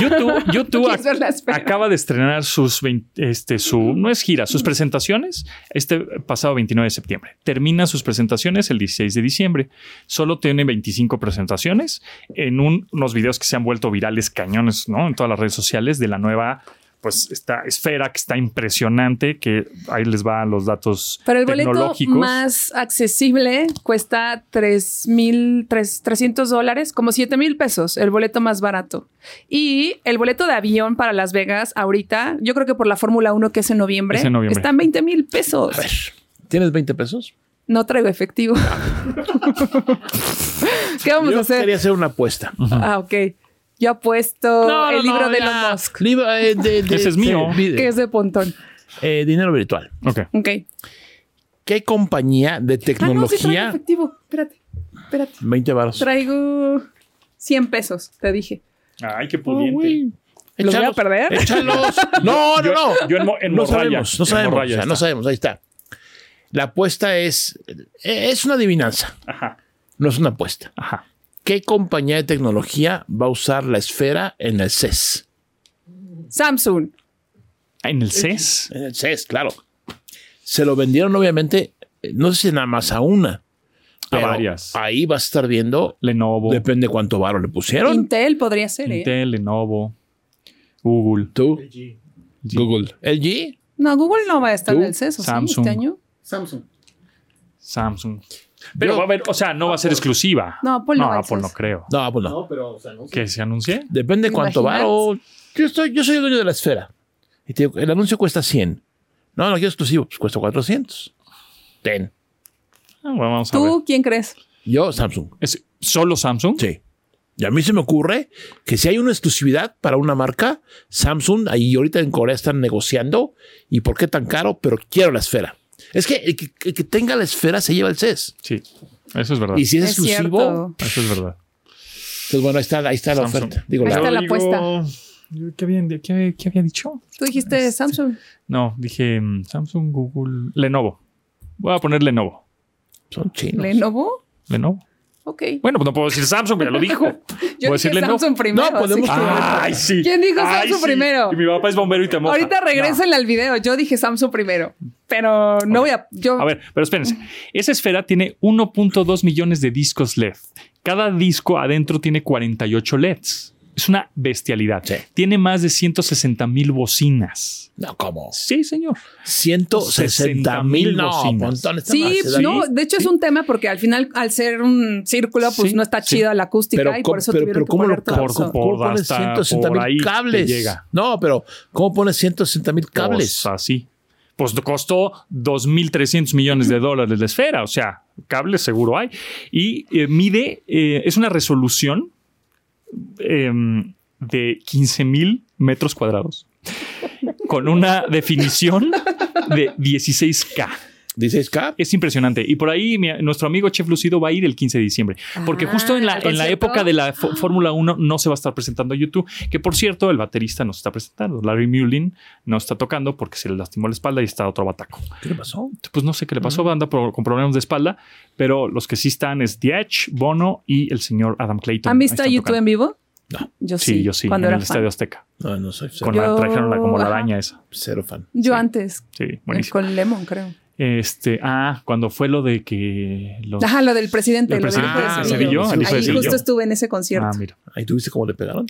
YouTube, Tú YouTube quieres ver la esfera. acaba de estrenar sus 20 este su no es gira, sus presentaciones este pasado 29 de septiembre. Termina sus presentaciones el 16 de diciembre. Solo tiene 25 presentaciones en un- unos videos que se han vuelto virales cañones, ¿no? En todas las redes sociales de la nueva pues esta esfera que está impresionante, que ahí les van los datos Pero el boleto tecnológicos. más accesible cuesta tres mil, tres- 300 dólares, como 7 mil pesos, el boleto más barato. Y el boleto de avión para Las Vegas ahorita, yo creo que por la Fórmula 1 que es en noviembre, Es en noviembre. están 20 mil pesos. A ver. ¿Tienes 20 pesos? No traigo efectivo. <laughs> ¿Qué vamos Yo a hacer? quería hacer una apuesta. Ah, ok. Yo apuesto No, no, el libro no, de ya. Elon Musk, Libro, eh, de- de- Ese es de- mío. de- que es de Pontón. eh, dinero virtual. Ok. Ok. ¿Qué compañía de Ah, no, sí traigo tecnología? efectivo. Espérate, espérate. 20 baros. Traigo 100 pesos, te dije. Ay, qué Oh, güey. ¿Los voy a Échalos, <laughs> perder? Échalos. No, no, Yo- no. yo en mo- en no morralla. sabemos, no En sabemos. morralla o sea, está. no sabemos, ahí está. La apuesta es. eh, Es una adivinanza. Ajá. No es una apuesta. Ajá. ¿Qué compañía de tecnología va a usar la esfera en el E CES? Samsung. En el E CES. En el CES, claro. Se lo vendieron, obviamente, eh, no sé si nada más a una. A pero varias. Ahí vas a estar viendo, Lenovo. depende cuánto varo le pusieron. Intel podría ser, ¿eh? Intel, Lenovo. Google. Tú, G. Google. LG, No, Google no va a estar en el CES, ¿o sí? Samsung. Este año. Samsung. Samsung. Pero Yo- va a haber, o sea, no va a ser exclusiva. No, Apple no va a Apple ser. no creo. No, pues no. No, pero se anuncia. ¿Que se anuncie? Depende ¿Te cuánto imaginas? varo. Yo, estoy, yo soy el dueño de la esfera. Y te digo, el anuncio cuesta 100. No, no quiero exclusivo, pues cuesta 400. Ten. Ah, bueno, vamos a ver. ¿Tú quién crees? Yo, Samsung. ¿Es solo Samsung? Sí. Y a mí se me ocurre que si hay una exclusividad para una marca, Samsung, ahí ahorita en Corea están negociando. ¿Y por qué tan caro? Pero quiero la esfera. Es que el que, el que tenga la esfera se lleva el CES. Sí. Eso es verdad. Y si es, Es exclusivo, cierto. Eso es verdad. pues bueno, ahí está, ahí está la Samsung. oferta. Digo, Ahí la- está la Yo digo- ¿Qué había, qué- qué había dicho? Tú dijiste Samsung. No, dije mm, Samsung, Google, Lenovo. Voy a poner Lenovo. son chinos. ¿Lenovo? Lenovo. Ok. Bueno, pues no puedo decir Samsung, ya lo <laughs> dijo. Yo Voy a dije decirle no. Samsung primero. No, así podemos- que- Ah, Ay, sí. ¿Quién dijo Ay, Samsung sí. primero? Y mi papá es bombero y te moja. Ahorita regresa regresen al video. Yo dije Samsung primero. Pero no Ok. voy a. Yo, A ver, pero espérense. Esa esfera tiene 1.2 millones de discos LED. Cada disco adentro tiene 48 LEDs. E Es una bestialidad. Sí. Tiene más de 160 mil bocinas. No, ¿cómo? Sí, señor. 160 mil no, ¿eh? bocinas. montón, está Sí, pues, mal, Ah, se da no, ahí. de hecho es un tema porque al final, al ser un círculo, pues Sí, no está sí. chida la acústica Pero, y ¿cómo- por eso pero- tuvieron pero que ¿cómo poner lo todo por- por- eso. ¿Cómo pones hasta 160 por ahí mil te cables? llega. No, pero ¿cómo pones 160 mil cables? Así. Pues costó 2.300 millones de dólares la esfera. O sea, cables seguro hay. Y eh, mide, eh, es una resolución em, de 15.000 metros cuadrados con una definición de 16K. 16K. Es impresionante. Y por ahí mi- nuestro amigo Chef Lucido va a ir el 15 de diciembre. Porque Ah, justo en la, ¿al en la concierto? época de la F- Fórmula 1 no se va a estar presentando YouTube. Que por cierto, el baterista no se está presentando. Larry Mullin no está tocando porque se le lastimó la espalda y está otro bataco. ¿Qué le pasó? Pues no sé qué le pasó, banda pro- con problemas de espalda. Pero los que sí están es The Edge, Bono y el señor Adam Clayton. ¿Han Ahí visto a están YouTube en tocando. vivo? No. Yo sí. Sí, yo sí, Cuando en era el fan. Estadio Azteca. No, no soy cero, Con la, Yo- trajeron la- como la ajá. araña esa. cero fan. Yo Sí. antes. eh, Sí, buenísimo. Con Lemon, creo. Este, ah, cuando fue lo de que los. Ah, Ajá, lo del presidente. El lo del presidente hijo de Ah, Cedillo. Cedillo, el hijo de Ahí Cedillo. justo estuve en ese concierto. Ah, mira. Ahí tuviste cómo le pegaron.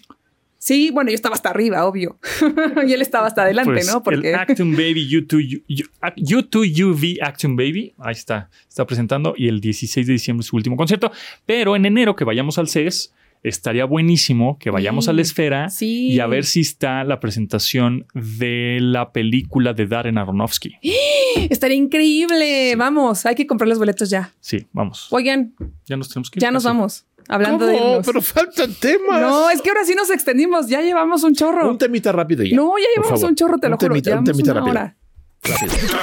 Sí, bueno, yo estaba hasta arriba, obvio. <laughs> y él estaba hasta adelante, Pues, ¿no? Porque El Acton Baby U2, U, 2 uv Acton Baby, ahí está, está presentando. Y el 16 de diciembre es su último concierto. Pero en enero que vayamos al CES, estaría buenísimo que vayamos Sí. a la esfera <laughs> sí. y a ver si está la presentación de la película de Darren Aronofsky. Estaría increíble. Vamos, hay que comprar los boletos ya. Sí, vamos. Oigan, Ya nos tenemos que ir. Pues, ya nos Así. vamos. Hablando de ¿Cómo? irnos. Pero faltan temas. No, es que ahora sí nos extendimos. Ya llevamos un chorro. Un temita rápido ya. no, ya Por llevamos favor. un chorro, te lo Un juro. temita- un llevamos temita una rápido. hora. Rápido.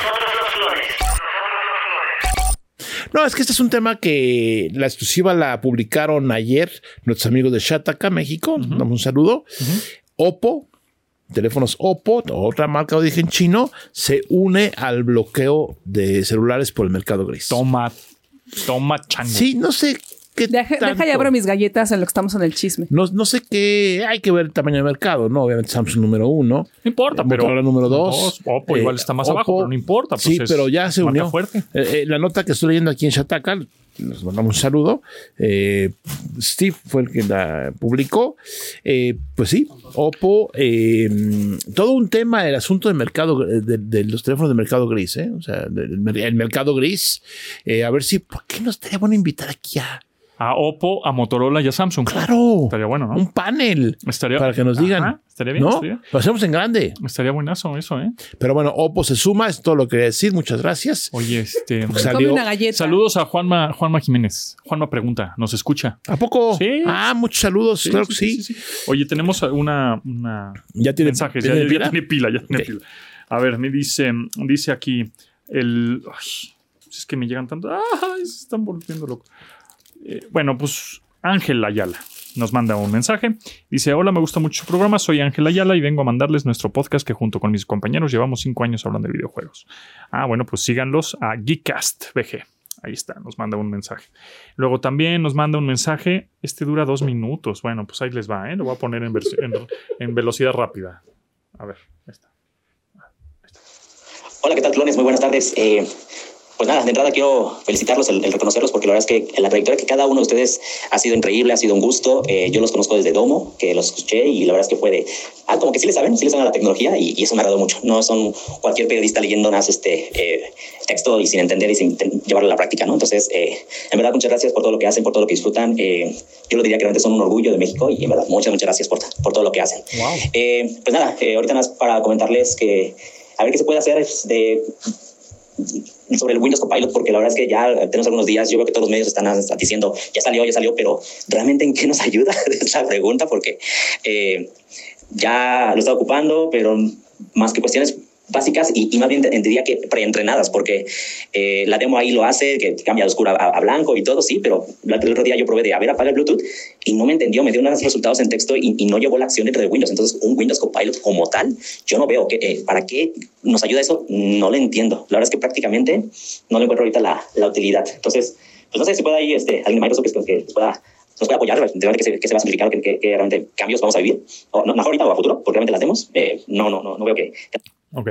No, es que este es un tema que la exclusiva la publicaron ayer nuestros amigos de Shataka, México. Les Damos un saludo. Oppo, teléfonos Oppo, otra marca de origen chino, se une al bloqueo de celulares por el mercado gris. Toma, toma chango. Sí, no sé qué. Deja, tanto. deja ya abro mis galletas en lo que estamos en el chisme. No, no sé qué. Hay que ver el tamaño de mercado, ¿no? Obviamente Samsung número uno. No importa, Eh, pero. Motorola número dos. Oppo Eh, igual está más Oppo. abajo, pero no importa. pues sí, es pero ya se marca unió. fuerte. Eh, eh, la nota que estoy leyendo aquí en Shataka, nos mandamos un saludo. eh, Steve fue el que la publicó. Eh, pues sí, Oppo, eh, todo un tema, el asunto de mercado, eh, de, de los teléfonos de mercado gris, ¿eh? o sea, del mer- el mercado gris. Eh, a ver si, ¿por qué nos estaría bueno invitar aquí a, a Oppo, a Motorola y a Samsung. Claro. Estaría bueno, ¿no? Un panel Estaría, para que nos digan. Ajá, estaría bien, ¿no? estaría, Lo hacemos en grande. estaría buenazo eso, ¿eh? Pero bueno, Oppo se suma, es todo lo que quería decir. Muchas gracias. Oye, este... Come Salió. una galleta. Saludos a Juanma, Juanma Jiménez. Juanma pregunta, ¿nos escucha? ¿A poco? Sí. Ah, muchos saludos. claro que sí. Oye, tenemos una, una Ya tiene mensajes, ya, ¿tiene ya pila? tiene pila, ya tiene Ok. pila. A ver, me dice, dice aquí el. ay, pues es que me llegan tanto. Ay, se están volviendo locos. Eh, bueno, pues Ángel Ayala nos manda un mensaje. Dice: Hola, me gusta mucho su programa. Soy Ángel Ayala y vengo a mandarles nuestro podcast que junto con mis compañeros llevamos cinco años hablando de videojuegos. Ah, bueno, pues síganlos a Geekcast BG. Ahí está, nos manda un mensaje. Luego también nos manda un mensaje. Este dura dos minutos. Bueno, pues ahí les va, ¿eh? Lo voy a poner en, vers- en- en velocidad rápida. A ver, ahí está. Hola, ¿qué tal, clones? Muy buenas tardes. Eh, pues nada, de entrada quiero felicitarlos, el, el reconocerlos, porque la verdad es que la trayectoria que cada uno de ustedes ha sido increíble, ha sido un gusto. Eh, yo los conozco desde Domo, que los escuché y la verdad es que fue de, ah, como que sí le saben, sí le saben a la tecnología y, y eso me agradó mucho. No son cualquier periodista leyendo nada, más, este eh, texto y sin entender y sin ten- llevarlo a la práctica, ¿no? Entonces, eh, en verdad, muchas gracias por todo lo que hacen, por todo lo que disfrutan. Eh, yo lo diría que realmente son un orgullo de México y en verdad, muchas, muchas gracias por, por todo lo que hacen. Eh, pues nada, eh, ahorita nada más para comentarles que a ver qué se puede hacer es de, sobre el Windows Copilot, porque la verdad es que ya tenemos algunos días, yo veo que todos los medios están, están diciendo, ya salió, ya salió, pero ¿realmente en qué nos ayuda? es la pregunta, porque eh, ya Ah, lo está ocupando, pero más que cuestiones básicas y, y más bien te- diría que preentrenadas, porque eh, la demo ahí lo hace, que cambia de oscuro a, a blanco y todo, sí, pero la- el otro día yo probé de, a ver, apaga el Bluetooth y no me entendió, me dio unos resultados en texto y, y no llevó la acción dentro de Windows. Entonces, un Windows Copilot como tal, yo no veo que, eh, para qué nos ayuda eso, no lo entiendo. La verdad es que prácticamente no le encuentro ahorita la, la utilidad. Entonces, pues no sé si puede ahí este, alguien de Microsoft que, que pueda nos puede apoyar, de verdad que se, que se va a simplificar, que, que- que realmente cambios vamos a vivir, o no, mejor ahorita o a futuro, porque realmente las demos, eh, no, no, no, no veo que, Ok.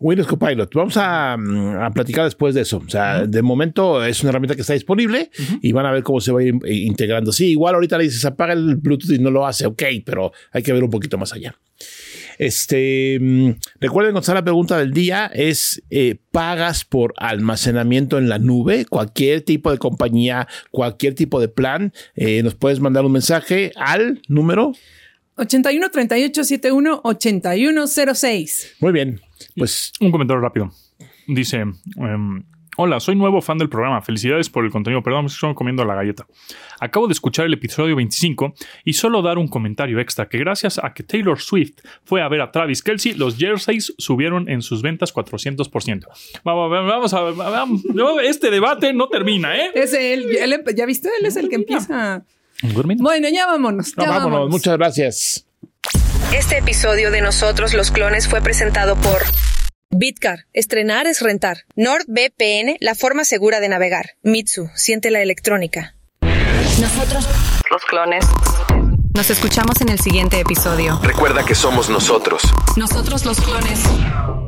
Windows Copilot. Vamos a, mm, a platicar después de eso. O sea, de momento es una herramienta que está disponible y van a ver cómo se va a ir eh, integrando. Sí, igual ahorita le dices apaga el Bluetooth y no lo hace. Ok, pero hay que ver un poquito más allá. Este, mm, recuerden contestar la pregunta del día es eh, pagas por almacenamiento en la nube, cualquier tipo de compañía, cualquier tipo de plan, Eh, nos puedes mandar un mensaje al número. 81 38 71 81 06. Muy bien, pues Un comentario rápido. Dice: em, Hola, soy nuevo fan del programa. Felicidades por el contenido. Perdón, me estoy comiendo la galleta. Acabo de escuchar el episodio 25 y solo dar un comentario extra que gracias a que Taylor Swift fue a ver a Travis Kelsey, los jerseys subieron en sus ventas 400%. Vamos, vamos a vamos, no, este debate no termina, ¿eh? Es él, él em- ¿ya viste? Él es el que empieza. Duermen. Bueno, ya vámonos. no, ya vámonos. vámonos. Muchas gracias. Este episodio de Nosotros los Clones fue presentado por Bitcar, estrenar es rentar. NordVPN, la forma segura de navegar. Mitsu, siente la electrónica. Nosotros Los clones. Nos escuchamos en el siguiente episodio. Recuerda que somos nosotros. Nosotros los clones.